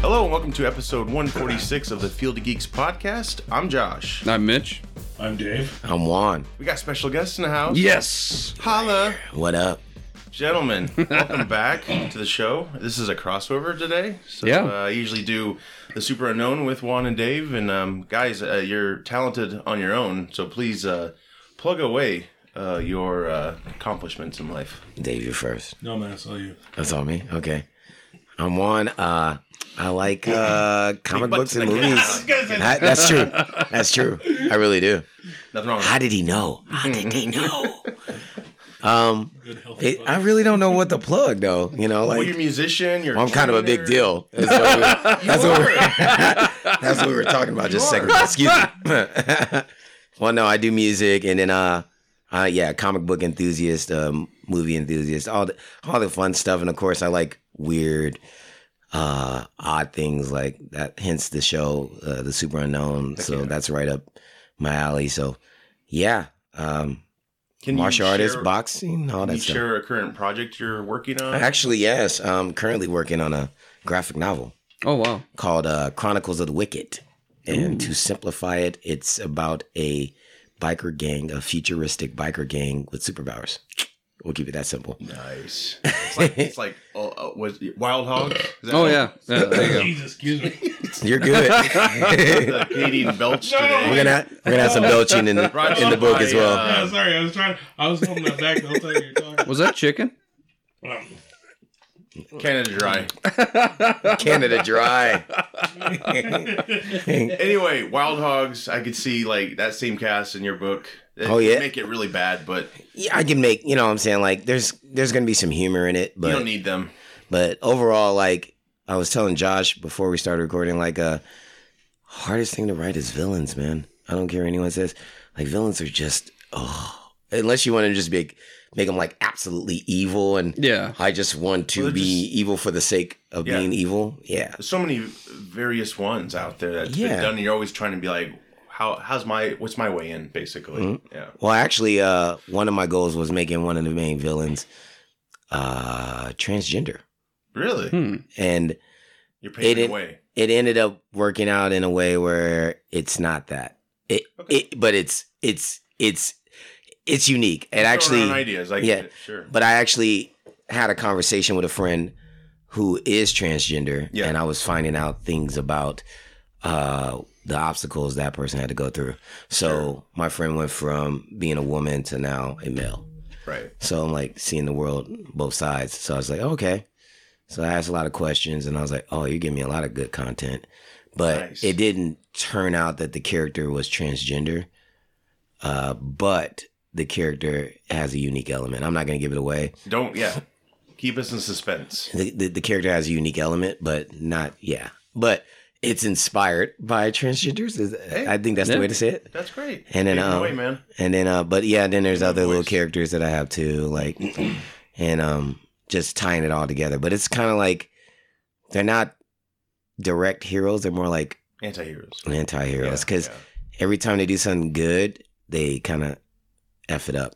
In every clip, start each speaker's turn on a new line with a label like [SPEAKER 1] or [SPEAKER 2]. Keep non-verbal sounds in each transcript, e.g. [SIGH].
[SPEAKER 1] Hello and welcome to episode 146 of the Field of Geeks podcast. I'm Josh.
[SPEAKER 2] I'm Mitch.
[SPEAKER 3] I'm Dave.
[SPEAKER 4] I'm Juan.
[SPEAKER 1] We got special guests in the house.
[SPEAKER 2] Yes.
[SPEAKER 1] Holla.
[SPEAKER 4] What up?
[SPEAKER 1] Gentlemen, welcome back to the show. This is a crossover today. So
[SPEAKER 2] Yeah.
[SPEAKER 1] uh, I usually do the super unknown with Juan and Dave. And um, guys, uh, you're talented on your own. So please uh, plug away uh, your uh, accomplishments in life.
[SPEAKER 4] Dave, you first.
[SPEAKER 3] No, man, it's all you.
[SPEAKER 4] That's all me. Okay. I'm Juan. Uh, I like uh, comic books and movies. I- that's true. That's true. I really do.
[SPEAKER 1] Nothing wrong with
[SPEAKER 4] How
[SPEAKER 1] that.
[SPEAKER 4] did he know? How did he know? Um,
[SPEAKER 3] Good health.
[SPEAKER 4] it, I really don't know what to plug though. You know,
[SPEAKER 1] Well, you're a
[SPEAKER 4] like
[SPEAKER 1] musician. You're
[SPEAKER 4] I'm kind of a big
[SPEAKER 1] trainer.
[SPEAKER 4] deal.
[SPEAKER 1] [LAUGHS]
[SPEAKER 4] That's what we, that's what we- [LAUGHS] that's what we were talking about just a second ago. Excuse me. [LAUGHS] well, no, I do music, and then uh, uh, yeah, comic book enthusiast, um, movie enthusiast, all the all the fun stuff, and of course, I like weird, uh, odd things like that. Hence the show, uh, the super unknown. so that's right up my alley. So, yeah, um,
[SPEAKER 1] Can you
[SPEAKER 4] martial artist,
[SPEAKER 1] share-
[SPEAKER 4] boxing, all
[SPEAKER 1] Can you
[SPEAKER 4] that stuff.
[SPEAKER 1] share a current project you're working on?
[SPEAKER 4] Actually, yes, I'm currently working on a graphic novel
[SPEAKER 2] Oh wow.
[SPEAKER 4] called uh, Chronicles of the Wicked. And to simplify it, it's about a biker gang, a futuristic biker gang with superpowers. We'll keep it that simple.
[SPEAKER 1] Nice. It's like, it's like uh, uh, was it Wild Hog. Is that
[SPEAKER 2] Oh
[SPEAKER 1] it?
[SPEAKER 2] yeah. Yeah, [LAUGHS]
[SPEAKER 5] [LAUGHS]
[SPEAKER 2] there you
[SPEAKER 3] Jesus, excuse
[SPEAKER 2] [LAUGHS]
[SPEAKER 3] me.
[SPEAKER 1] [LAUGHS]
[SPEAKER 4] You're good. [LAUGHS] we're
[SPEAKER 1] The Canadian belch. today.
[SPEAKER 4] gonna we're gonna have some belching in,
[SPEAKER 1] Brought
[SPEAKER 4] in
[SPEAKER 1] to
[SPEAKER 4] the
[SPEAKER 1] you
[SPEAKER 4] book
[SPEAKER 1] by,
[SPEAKER 4] as well.
[SPEAKER 1] uh,
[SPEAKER 2] Um,
[SPEAKER 5] [LAUGHS]
[SPEAKER 3] Yeah, sorry, I was trying. I was holding that back the whole time you were
[SPEAKER 2] go.
[SPEAKER 3] talking.
[SPEAKER 2] Was that chicken?
[SPEAKER 3] Um,
[SPEAKER 1] Canada Dry.
[SPEAKER 4] Canada Dry.
[SPEAKER 1] Anyway, Wild Hogs. I could see like that same cast in your book. It
[SPEAKER 4] Oh, yeah?
[SPEAKER 1] make it really bad, but
[SPEAKER 4] yeah, I can make you know what I'm saying like there's there's gonna be some humor in it,
[SPEAKER 1] you
[SPEAKER 4] but
[SPEAKER 1] don't need them.
[SPEAKER 4] But overall, like I was telling Josh before we started recording, like uh hardest thing to write is villains, man. I don't care what anyone says. Like villains are just oh unless you want to just make make them like absolutely evil and
[SPEAKER 2] Yeah.
[SPEAKER 4] I just want to
[SPEAKER 1] Well, they're
[SPEAKER 4] be evil for the sake of
[SPEAKER 1] Yeah.
[SPEAKER 4] being evil. Yeah.
[SPEAKER 1] There's so many various ones out there that's been
[SPEAKER 4] Yeah.
[SPEAKER 1] done. And you're always trying to be like, how how's my what's my way in basically? Yeah.
[SPEAKER 4] Well, actually, uh one of my goals was making one of the main villains uh transgender.
[SPEAKER 1] Really,
[SPEAKER 2] Hmm.
[SPEAKER 4] And
[SPEAKER 1] you're
[SPEAKER 4] Mm-hmm. It
[SPEAKER 1] paving
[SPEAKER 4] didn't-
[SPEAKER 1] the way.
[SPEAKER 4] it ended up working out in a way where it's not that. It,
[SPEAKER 1] Okay.
[SPEAKER 4] it but it's it's it's it's unique. And
[SPEAKER 1] Throwing around
[SPEAKER 4] actually
[SPEAKER 1] ideas. I get
[SPEAKER 4] yeah.
[SPEAKER 1] it, sure.
[SPEAKER 4] but I actually had a conversation with a friend who is transgender
[SPEAKER 1] Yeah.
[SPEAKER 4] and I was finding out things about uh the obstacles that person had to go through. So
[SPEAKER 1] Sure.
[SPEAKER 4] my friend went from being a woman to now a male.
[SPEAKER 1] right.
[SPEAKER 4] So I'm like seeing the world both sides. So I was like, okay. So I asked a lot of questions and I was like, oh, you're giving me a lot of good content. But
[SPEAKER 1] Nice.
[SPEAKER 4] it didn't turn out that the character was transgender. Uh, but the character has a unique element. I'm not going to give it away.
[SPEAKER 1] Don't yeah. Keep us in suspense.
[SPEAKER 4] The, the, the character has a unique element, but not, yeah. But it's inspired by transgenders. Is- I think that's
[SPEAKER 2] Yeah.
[SPEAKER 4] the way to say it.
[SPEAKER 1] That's great.
[SPEAKER 4] And then,
[SPEAKER 1] Paving the
[SPEAKER 4] um,
[SPEAKER 1] way, man.
[SPEAKER 4] And then, uh, but yeah, then there's other little
[SPEAKER 1] voice.
[SPEAKER 4] characters that I have too, like, and um, just tying it all together. But it's kind of like they're not direct heroes; they're more like
[SPEAKER 1] Anti-heroes.
[SPEAKER 4] anti-heroes
[SPEAKER 1] Yeah,
[SPEAKER 4] because
[SPEAKER 1] yeah.
[SPEAKER 4] every time they do something good, they kind of f it up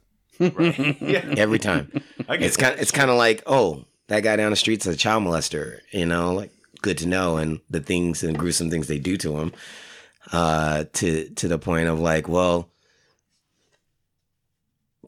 [SPEAKER 1] Yeah,
[SPEAKER 4] every time.
[SPEAKER 1] I get
[SPEAKER 4] it's kind, it's kind of like, oh, that guy down the street's a child molester, you know, like good to know, and the things and gruesome things they do to him, uh, to to the point of like, well,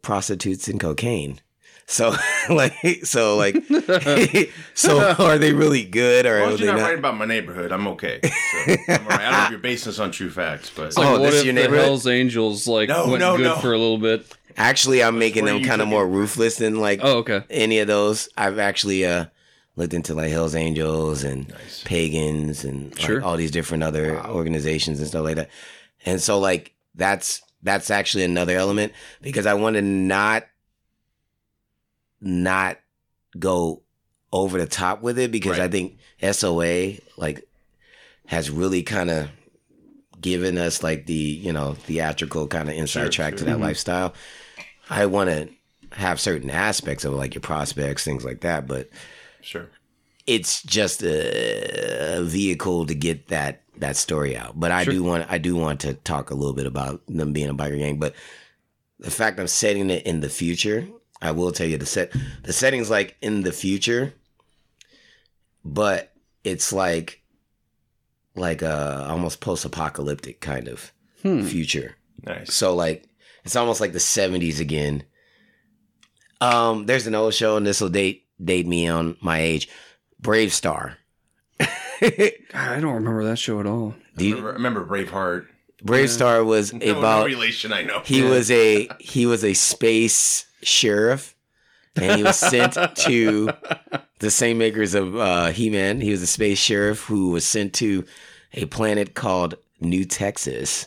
[SPEAKER 4] prostitutes and cocaine. So [LAUGHS] like, so like, [LAUGHS] so are they really good or
[SPEAKER 1] As long
[SPEAKER 4] are
[SPEAKER 1] as
[SPEAKER 4] they
[SPEAKER 1] you're not,
[SPEAKER 4] not?
[SPEAKER 1] right about my neighborhood, I'm okay.
[SPEAKER 4] [LAUGHS]
[SPEAKER 1] So, I'm all right. I don't know if you're basing this on true facts, but
[SPEAKER 2] It's like
[SPEAKER 4] Oh,
[SPEAKER 2] what
[SPEAKER 4] this
[SPEAKER 2] if
[SPEAKER 4] your
[SPEAKER 2] the
[SPEAKER 4] neighborhood?
[SPEAKER 2] Hell's Angels like
[SPEAKER 1] No,
[SPEAKER 2] went
[SPEAKER 1] no,
[SPEAKER 2] good
[SPEAKER 1] no.
[SPEAKER 2] for a little bit?
[SPEAKER 4] Actually, I'm making
[SPEAKER 1] where
[SPEAKER 4] them
[SPEAKER 1] you
[SPEAKER 4] kind of
[SPEAKER 1] took
[SPEAKER 4] more ruthless than like
[SPEAKER 2] Oh, okay.
[SPEAKER 4] any of those. I've actually uh looked into like Hell's Angels and
[SPEAKER 1] nice.
[SPEAKER 4] pagans and like,
[SPEAKER 2] Sure.
[SPEAKER 4] all these different other organizations and stuff like that. And so like that's that's actually another element because I want to not not go over the top with it because
[SPEAKER 1] Right.
[SPEAKER 4] I think SOA like has really kind of given us like the you know theatrical kind of inside
[SPEAKER 1] Sure,
[SPEAKER 4] track to
[SPEAKER 1] sure. Mm-hmm.
[SPEAKER 4] that lifestyle. I want to have certain aspects of it, like your prospects, things like that, but
[SPEAKER 1] Sure.
[SPEAKER 4] it's just a, a vehicle to get that that story out. But I do want I do want to talk a little bit about them being a biker gang. But the fact I'm setting it in the future, I will tell you the set the setting's like in the future, but it's like like a almost post apocalyptic kind of
[SPEAKER 2] Hmm.
[SPEAKER 4] future.
[SPEAKER 1] Nice.
[SPEAKER 4] So like it's almost like the seventies again. Um, there's an old show, and this will date date me on my age. Brave Star.
[SPEAKER 2] God, I don't remember that show at all.
[SPEAKER 4] Do you-
[SPEAKER 1] I remember, I remember Braveheart. [LAUGHS]
[SPEAKER 4] Brave Star was
[SPEAKER 1] No,
[SPEAKER 4] about
[SPEAKER 1] no relation, I know.
[SPEAKER 4] he was a he was a space sheriff, and he was sent to the same makers of uh, He Man. He was a space sheriff who was sent to a planet called New Texas.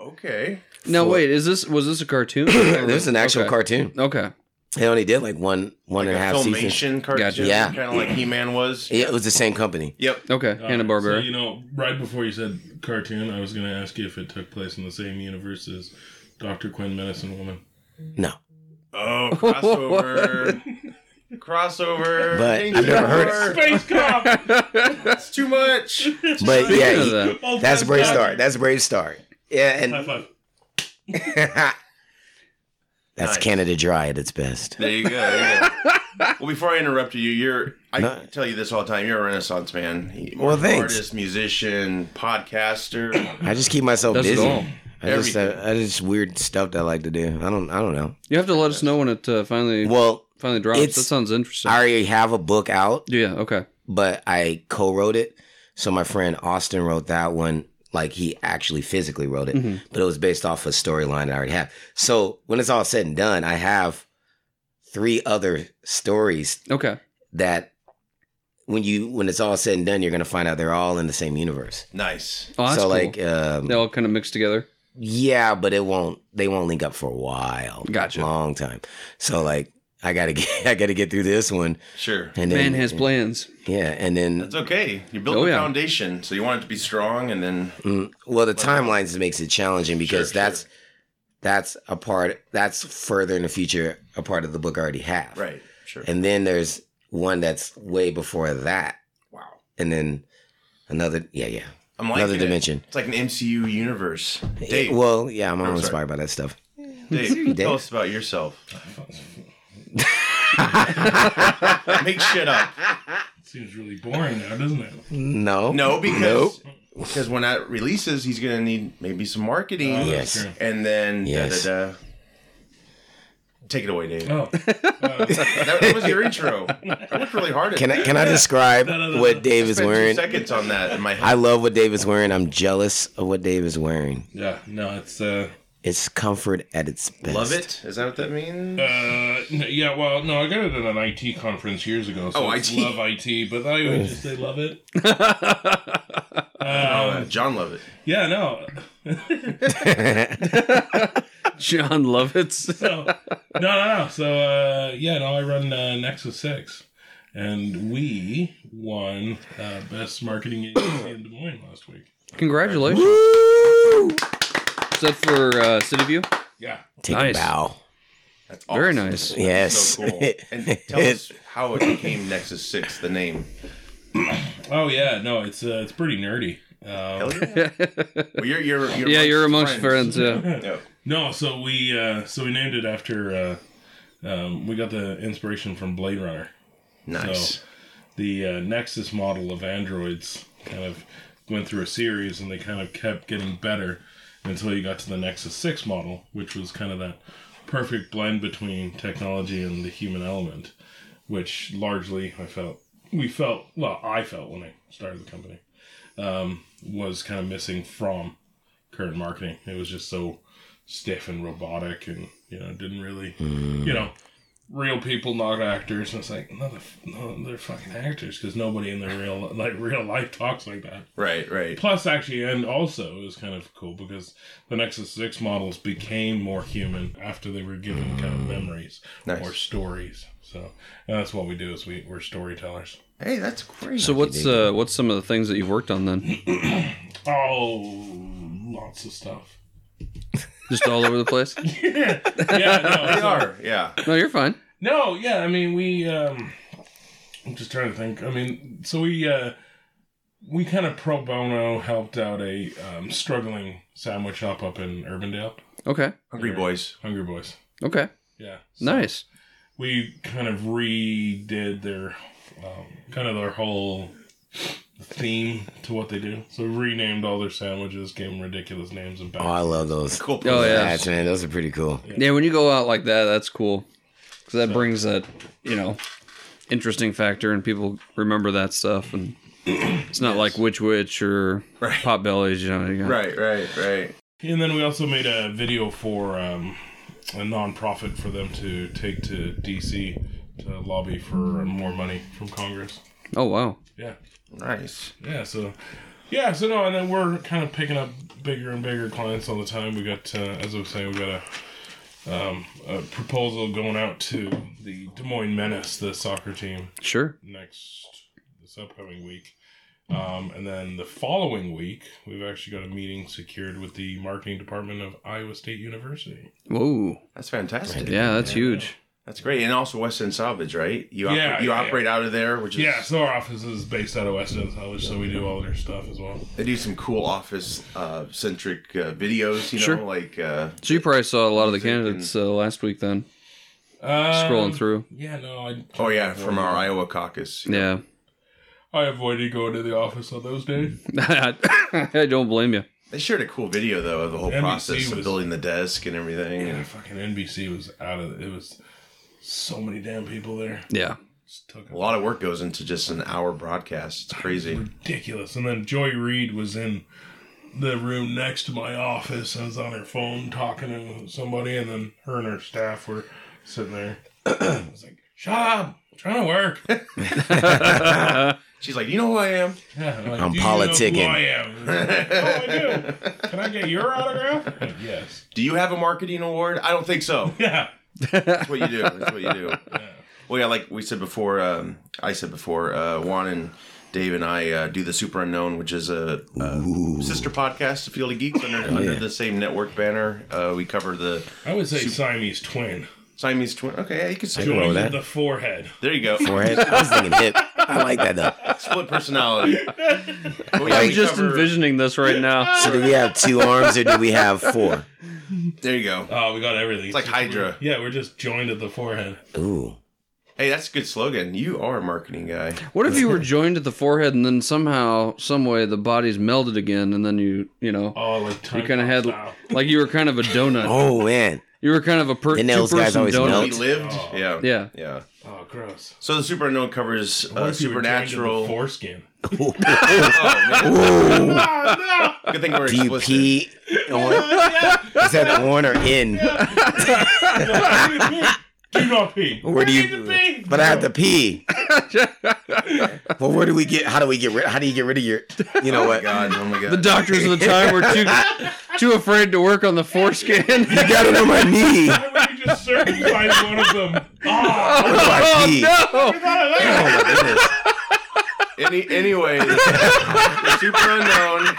[SPEAKER 1] okay.
[SPEAKER 2] Now
[SPEAKER 4] For-
[SPEAKER 2] wait, is this was this a [COUGHS] cartoon?
[SPEAKER 4] There's an actual
[SPEAKER 2] okay.
[SPEAKER 4] cartoon.
[SPEAKER 2] Okay.
[SPEAKER 4] They only did like one one and a half seasons.
[SPEAKER 1] Filmation cartoon,
[SPEAKER 2] Gotcha.
[SPEAKER 4] Yeah.
[SPEAKER 1] kind of like He-Man was.
[SPEAKER 4] It was the same company.
[SPEAKER 1] Yep.
[SPEAKER 2] Okay.
[SPEAKER 5] All
[SPEAKER 2] [LAUGHS]
[SPEAKER 5] right,
[SPEAKER 2] Hanna Barbera.
[SPEAKER 5] So, you know, right before you said cartoon, I was going to ask you if it took place in the same universe as Dr. Quinn Medicine Woman.
[SPEAKER 4] No.
[SPEAKER 1] Oh,
[SPEAKER 4] [LAUGHS]
[SPEAKER 1] crossover. crossover.
[SPEAKER 4] But
[SPEAKER 1] Danger
[SPEAKER 4] I've never heard it.
[SPEAKER 1] Hour.
[SPEAKER 5] Space
[SPEAKER 4] [LAUGHS]
[SPEAKER 5] Cop!
[SPEAKER 1] It's too much.
[SPEAKER 4] But yeah,
[SPEAKER 2] of
[SPEAKER 4] he-
[SPEAKER 2] that.
[SPEAKER 4] that's Brave Star. That's Brave Star. Yeah,
[SPEAKER 5] High five.
[SPEAKER 4] and that's
[SPEAKER 1] Nice.
[SPEAKER 4] Canada Dry at its best.
[SPEAKER 1] There you go. There you go. well, before I interrupt you, you're I
[SPEAKER 4] No.
[SPEAKER 1] tell you this all the time. You're a Renaissance man. You-
[SPEAKER 4] Well, thanks.
[SPEAKER 1] Artist, musician, podcaster.
[SPEAKER 4] [CLEARS THROAT] I just keep myself
[SPEAKER 2] That's it
[SPEAKER 4] busy.
[SPEAKER 2] all.
[SPEAKER 4] I just uh, I, I just weird stuff that I like to do. I don't I don't know.
[SPEAKER 2] You have to let us know when it uh, finally
[SPEAKER 4] Well,
[SPEAKER 2] finally drops.
[SPEAKER 4] it's-
[SPEAKER 2] That sounds interesting.
[SPEAKER 4] I already have a book out,
[SPEAKER 2] yeah. Okay.
[SPEAKER 4] but I co-wrote it. So my friend Austin wrote that one. Like he actually physically wrote it,
[SPEAKER 2] Mhm.
[SPEAKER 4] but it was based off a storyline that I already have. So when it's all said and done, I have three other stories
[SPEAKER 2] Okay.
[SPEAKER 4] that when you when it's all said and done, you're gonna find out they're all in the same universe.
[SPEAKER 1] Nice.
[SPEAKER 2] Oh, that's
[SPEAKER 4] so
[SPEAKER 2] cool.
[SPEAKER 4] like, um,
[SPEAKER 2] they all kind of mixed together.
[SPEAKER 4] yeah, but it won't. They won't link up for a while.
[SPEAKER 2] Gotcha.
[SPEAKER 4] Long time. So like, I gotta [LAUGHS] get I gotta get through this one,
[SPEAKER 1] Sure.
[SPEAKER 4] and then
[SPEAKER 2] Man has plans. [LAUGHS]
[SPEAKER 4] yeah, and then
[SPEAKER 1] That's okay. You built
[SPEAKER 2] Oh,
[SPEAKER 1] a
[SPEAKER 2] yeah.
[SPEAKER 1] foundation, so you want it to be strong, and then
[SPEAKER 4] mm, well, the timelines makes it challenging because
[SPEAKER 1] Sure,
[SPEAKER 4] that's that's a part that's further in the future, a part of the book I already have.
[SPEAKER 1] right. Sure.
[SPEAKER 4] And then there's one that's way before that.
[SPEAKER 1] Wow.
[SPEAKER 4] And then another, yeah, yeah,
[SPEAKER 1] I'm
[SPEAKER 4] another
[SPEAKER 1] liking it.
[SPEAKER 4] dimension.
[SPEAKER 1] It's like an MCU universe.
[SPEAKER 4] Yeah,
[SPEAKER 1] Dave,
[SPEAKER 4] well, yeah, I'm all
[SPEAKER 1] sorry.
[SPEAKER 4] inspired by that stuff.
[SPEAKER 1] Dave,
[SPEAKER 4] [LAUGHS] Dave.
[SPEAKER 1] tell us about
[SPEAKER 4] [LAUGHS]
[SPEAKER 1] yourself. Make shit up.
[SPEAKER 5] Seems really boring now,
[SPEAKER 2] [LAUGHS]
[SPEAKER 5] doesn't it?
[SPEAKER 4] No.
[SPEAKER 1] No, because because when that releases, he's gonna need maybe some marketing,
[SPEAKER 5] Oh,
[SPEAKER 4] Yes.
[SPEAKER 5] that's true.
[SPEAKER 1] and then da,
[SPEAKER 4] Yes.
[SPEAKER 1] da, da. take it away, Dave.
[SPEAKER 5] Oh,
[SPEAKER 1] that, that was your intro. I worked really hard at
[SPEAKER 4] Can
[SPEAKER 1] that.
[SPEAKER 4] I can I describe
[SPEAKER 5] no, no,
[SPEAKER 4] what Dave is
[SPEAKER 1] spent two
[SPEAKER 4] wearing?
[SPEAKER 1] seconds on that in my
[SPEAKER 4] I
[SPEAKER 1] head.
[SPEAKER 4] love what Dave is wearing. I'm jealous of what Dave is wearing.
[SPEAKER 5] yeah. No, it's uh,
[SPEAKER 4] It's comfort at its best.
[SPEAKER 1] love it. Is that what that means?
[SPEAKER 5] uh, no, yeah. Well, no, I got it at an IT conference years ago. So
[SPEAKER 1] Oh,
[SPEAKER 5] it's
[SPEAKER 1] IT.
[SPEAKER 5] Love IT, but I
[SPEAKER 2] Oh.
[SPEAKER 5] would just say love it.
[SPEAKER 1] Uh,
[SPEAKER 5] um,
[SPEAKER 1] John Lovett.
[SPEAKER 5] yeah, no,
[SPEAKER 2] John Lovitz.
[SPEAKER 5] so no, no, no. So uh, yeah, no, I run uh, Nexus Six, and we won uh, best marketing agency in Des Moines last week.
[SPEAKER 2] Congratulations.
[SPEAKER 4] Woo!
[SPEAKER 2] Is that for uh, City View?
[SPEAKER 5] Yeah,
[SPEAKER 4] Take
[SPEAKER 2] Nice.
[SPEAKER 4] a bow.
[SPEAKER 1] That's
[SPEAKER 2] Very nice.
[SPEAKER 4] Yes.
[SPEAKER 1] So cool. And tell us how it became Nexus Six. The name.
[SPEAKER 5] Oh yeah, no, it's uh, it's pretty nerdy. Um,
[SPEAKER 1] Hell yeah. Well, you're, you're, you're
[SPEAKER 2] yeah, you're amongst friends. yeah.
[SPEAKER 1] [LAUGHS] Yeah.
[SPEAKER 5] no, so we uh, so we named it after uh, um, we got the inspiration from Blade Runner,
[SPEAKER 1] Nice.
[SPEAKER 5] So- the uh, Nexus model of androids. Kind of went through a series, and they kind of kept getting better until you got to the Nexus Six model, which was kind of that perfect blend between technology and the human element, which largely I felt we felt well, I felt when I started the company um, was kind of missing from current marketing. It was just so stiff and robotic, and you know, didn't really, you know, real people, not actors. And it's like, no, they're, no, they're fucking actors because nobody in their real [LAUGHS] like real life talks like that.
[SPEAKER 1] Right. Right.
[SPEAKER 5] Plus, actually, and also it was kind of cool because the Nexus Six models became more human after they were given kind of memories
[SPEAKER 1] Mm. Nice.
[SPEAKER 5] or stories. So and that's what we do is we we're storytellers.
[SPEAKER 1] Hey, that's great.
[SPEAKER 2] So what's uh, what's some of the things that you've worked on then?
[SPEAKER 5] Oh, lots of stuff.
[SPEAKER 2] Just all over the place?
[SPEAKER 1] [LAUGHS]
[SPEAKER 5] Yeah,
[SPEAKER 1] they
[SPEAKER 5] no,
[SPEAKER 1] are. Yeah.
[SPEAKER 2] No, you're fine.
[SPEAKER 5] no, yeah. I mean, we. Um, I'm just trying to think. I mean, so we uh, we kind of pro bono helped out a um, struggling sandwich shop up in Urbandale,
[SPEAKER 2] Okay.
[SPEAKER 1] Hungry boys.
[SPEAKER 5] Hungry Boys.
[SPEAKER 2] Okay.
[SPEAKER 5] Yeah, So
[SPEAKER 2] Nice.
[SPEAKER 5] we kind of redid their um, kind of their whole theme to what they do. So we renamed all their sandwiches, gave them ridiculous names and
[SPEAKER 4] Oh, I
[SPEAKER 5] back.
[SPEAKER 4] love those.
[SPEAKER 1] Cool.
[SPEAKER 2] Oh yeah.
[SPEAKER 4] Hats, man. Those are pretty cool.
[SPEAKER 2] Yeah, when you go out like that, that's cool. Cuz that brings that, you know, interesting factor and people remember that stuff and it's not like which which or
[SPEAKER 1] Right.
[SPEAKER 2] pot bellies, you know. You got-
[SPEAKER 1] Right, right, right.
[SPEAKER 5] And then we also made a video for um, a nonprofit for them to take to DC to lobby for more money from Congress.
[SPEAKER 2] Oh wow.
[SPEAKER 5] Yeah.
[SPEAKER 1] Nice.
[SPEAKER 5] Yeah, so yeah, so no, and then we're kind of picking up bigger and bigger clients all the time. We got, uh, as I was saying, we got a, um, a proposal going out to the Des Moines Menace, the soccer team,
[SPEAKER 2] Sure.
[SPEAKER 5] next this upcoming week. Um, and then the following week, we've actually got a meeting secured with the marketing department of Iowa State University.
[SPEAKER 2] Whoa.
[SPEAKER 1] That's fantastic.
[SPEAKER 2] Yeah, that's huge.
[SPEAKER 1] That's great. And also West End Salvage, right? You oper-
[SPEAKER 5] Yeah,
[SPEAKER 1] you
[SPEAKER 5] yeah,
[SPEAKER 1] operate out of there, which is
[SPEAKER 5] Yeah, so our office is based out of Weston College, so we do all their stuff as well.
[SPEAKER 1] they do some cool office uh, centric uh, videos, you
[SPEAKER 2] Sure.
[SPEAKER 1] know, like uh,
[SPEAKER 2] So you probably saw a lot of the candidates uh, last week then
[SPEAKER 5] Um,
[SPEAKER 1] Um,
[SPEAKER 2] scrolling through.
[SPEAKER 5] Yeah, no, I
[SPEAKER 1] oh yeah, from our Iowa caucus.
[SPEAKER 2] Yeah. [LAUGHS]
[SPEAKER 5] I avoided going to the office on those days.
[SPEAKER 2] I don't blame you.
[SPEAKER 1] They shared a cool video though of the whole
[SPEAKER 5] NBC
[SPEAKER 1] process of
[SPEAKER 5] was-
[SPEAKER 1] building the desk and everything.
[SPEAKER 5] Yeah,
[SPEAKER 1] And
[SPEAKER 5] fucking NBC was out of it. was so many damn people there.
[SPEAKER 2] Yeah.
[SPEAKER 5] Just took
[SPEAKER 1] a
[SPEAKER 5] a
[SPEAKER 1] lot of work goes into just an hour broadcast. It's crazy.
[SPEAKER 5] ridiculous. And then Joy Reid was in the room next to my office and was on her phone talking to somebody, and then her and her staff were sitting there. [CLEARS THROAT] I was like, "Shut up, I'm trying to work." [LAUGHS]
[SPEAKER 1] She's like, you know who I am?
[SPEAKER 5] Yeah, I'm, like,
[SPEAKER 4] I'm
[SPEAKER 5] "Do you know who
[SPEAKER 4] politicking."
[SPEAKER 5] I am. oh, I do. Can I get your autograph? yes.
[SPEAKER 1] Do you have a marketing award? I don't think so.
[SPEAKER 5] Yeah.
[SPEAKER 1] That's what you do. That's what you do. Well, yeah, like we said before, um, I said before, uh, Juan and Dave and I uh, do the Super Unknown, which is a, a sister podcast to Field of Geeks under, under the same network banner. Uh, we cover the
[SPEAKER 5] I would say Siamese twin.
[SPEAKER 1] Siamese twin. Okay, yeah, you can say
[SPEAKER 4] roll
[SPEAKER 5] Joined
[SPEAKER 4] that.
[SPEAKER 5] at the forehead.
[SPEAKER 1] There you go.
[SPEAKER 4] Forehead. I was thinking hip. I like that though.
[SPEAKER 1] Split personality. But yeah,
[SPEAKER 2] I'm
[SPEAKER 1] we
[SPEAKER 2] just
[SPEAKER 1] cover-
[SPEAKER 2] envisioning this
[SPEAKER 1] [LAUGHS]
[SPEAKER 2] right now.
[SPEAKER 4] So do we have two arms or do we have four?
[SPEAKER 1] There you go.
[SPEAKER 5] Oh, we got everything.
[SPEAKER 1] It's like Hydra.
[SPEAKER 5] Yeah, we're just joined at the forehead.
[SPEAKER 4] Ooh.
[SPEAKER 1] Hey, that's a good slogan. You are a marketing guy.
[SPEAKER 2] What if you were joined at the forehead and then somehow, some way, the bodies melded again, and then you, you know,
[SPEAKER 5] Oh, like time
[SPEAKER 2] you kind of had
[SPEAKER 5] style.
[SPEAKER 2] like you were kind of a donut.
[SPEAKER 4] Oh man.
[SPEAKER 2] You were kind of a per-
[SPEAKER 4] Didn't those
[SPEAKER 2] two-person
[SPEAKER 4] guys always
[SPEAKER 2] donut.
[SPEAKER 4] melt?
[SPEAKER 1] We lived. Yeah.
[SPEAKER 2] Yeah.
[SPEAKER 1] Yeah.
[SPEAKER 5] Oh, gross.
[SPEAKER 1] So the Super Unknown covers
[SPEAKER 5] What
[SPEAKER 1] uh,
[SPEAKER 5] if you were joined at the
[SPEAKER 1] supernatural. [LAUGHS] Oh,
[SPEAKER 5] foreskin. Ah,
[SPEAKER 1] Good thing we're
[SPEAKER 4] Do you
[SPEAKER 1] explicit.
[SPEAKER 4] pee on? Is that on or in?
[SPEAKER 5] do not pee.
[SPEAKER 4] Where do
[SPEAKER 5] need to
[SPEAKER 4] you?
[SPEAKER 5] pee.
[SPEAKER 4] But I have to pee. well, where do we get? How do we get rid? How do you get rid of your? You know what?
[SPEAKER 1] God, oh my God.
[SPEAKER 2] The doctors of the time were too
[SPEAKER 1] [LAUGHS]
[SPEAKER 2] too afraid to work on the foreskin. [LAUGHS]
[SPEAKER 4] I got it on my knee. Where
[SPEAKER 5] Why would you just circumcise one of them?
[SPEAKER 4] [LAUGHS]
[SPEAKER 5] Oh,
[SPEAKER 4] do I pee?
[SPEAKER 2] no!
[SPEAKER 4] Oh, my goodness.
[SPEAKER 1] Any, anyway, the super unknown.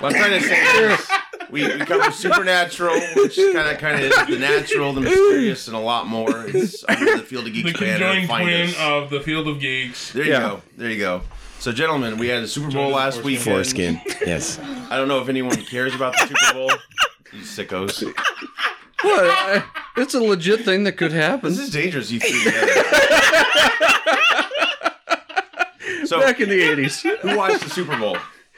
[SPEAKER 1] What I'm trying to say is we, we cover supernatural, which kind of kind of the natural, the mysterious, and a lot more. It's under the field of
[SPEAKER 5] the
[SPEAKER 1] geeks banner.
[SPEAKER 5] conjoined
[SPEAKER 1] Find
[SPEAKER 5] twin uh,
[SPEAKER 1] us.
[SPEAKER 5] of the field of geeks.
[SPEAKER 1] there you go. There you go. So, gentlemen, we had a Super Bowl
[SPEAKER 5] the
[SPEAKER 1] last
[SPEAKER 5] foreskin.
[SPEAKER 1] week.
[SPEAKER 4] Foreskin. Yes.
[SPEAKER 1] I don't know if anyone cares about the Super Bowl. You sickos.
[SPEAKER 2] What? I- It's a legit thing that could happen.
[SPEAKER 1] This is dangerous. You three together. So,
[SPEAKER 2] Back in the '80s,
[SPEAKER 1] who watched the Super Bowl?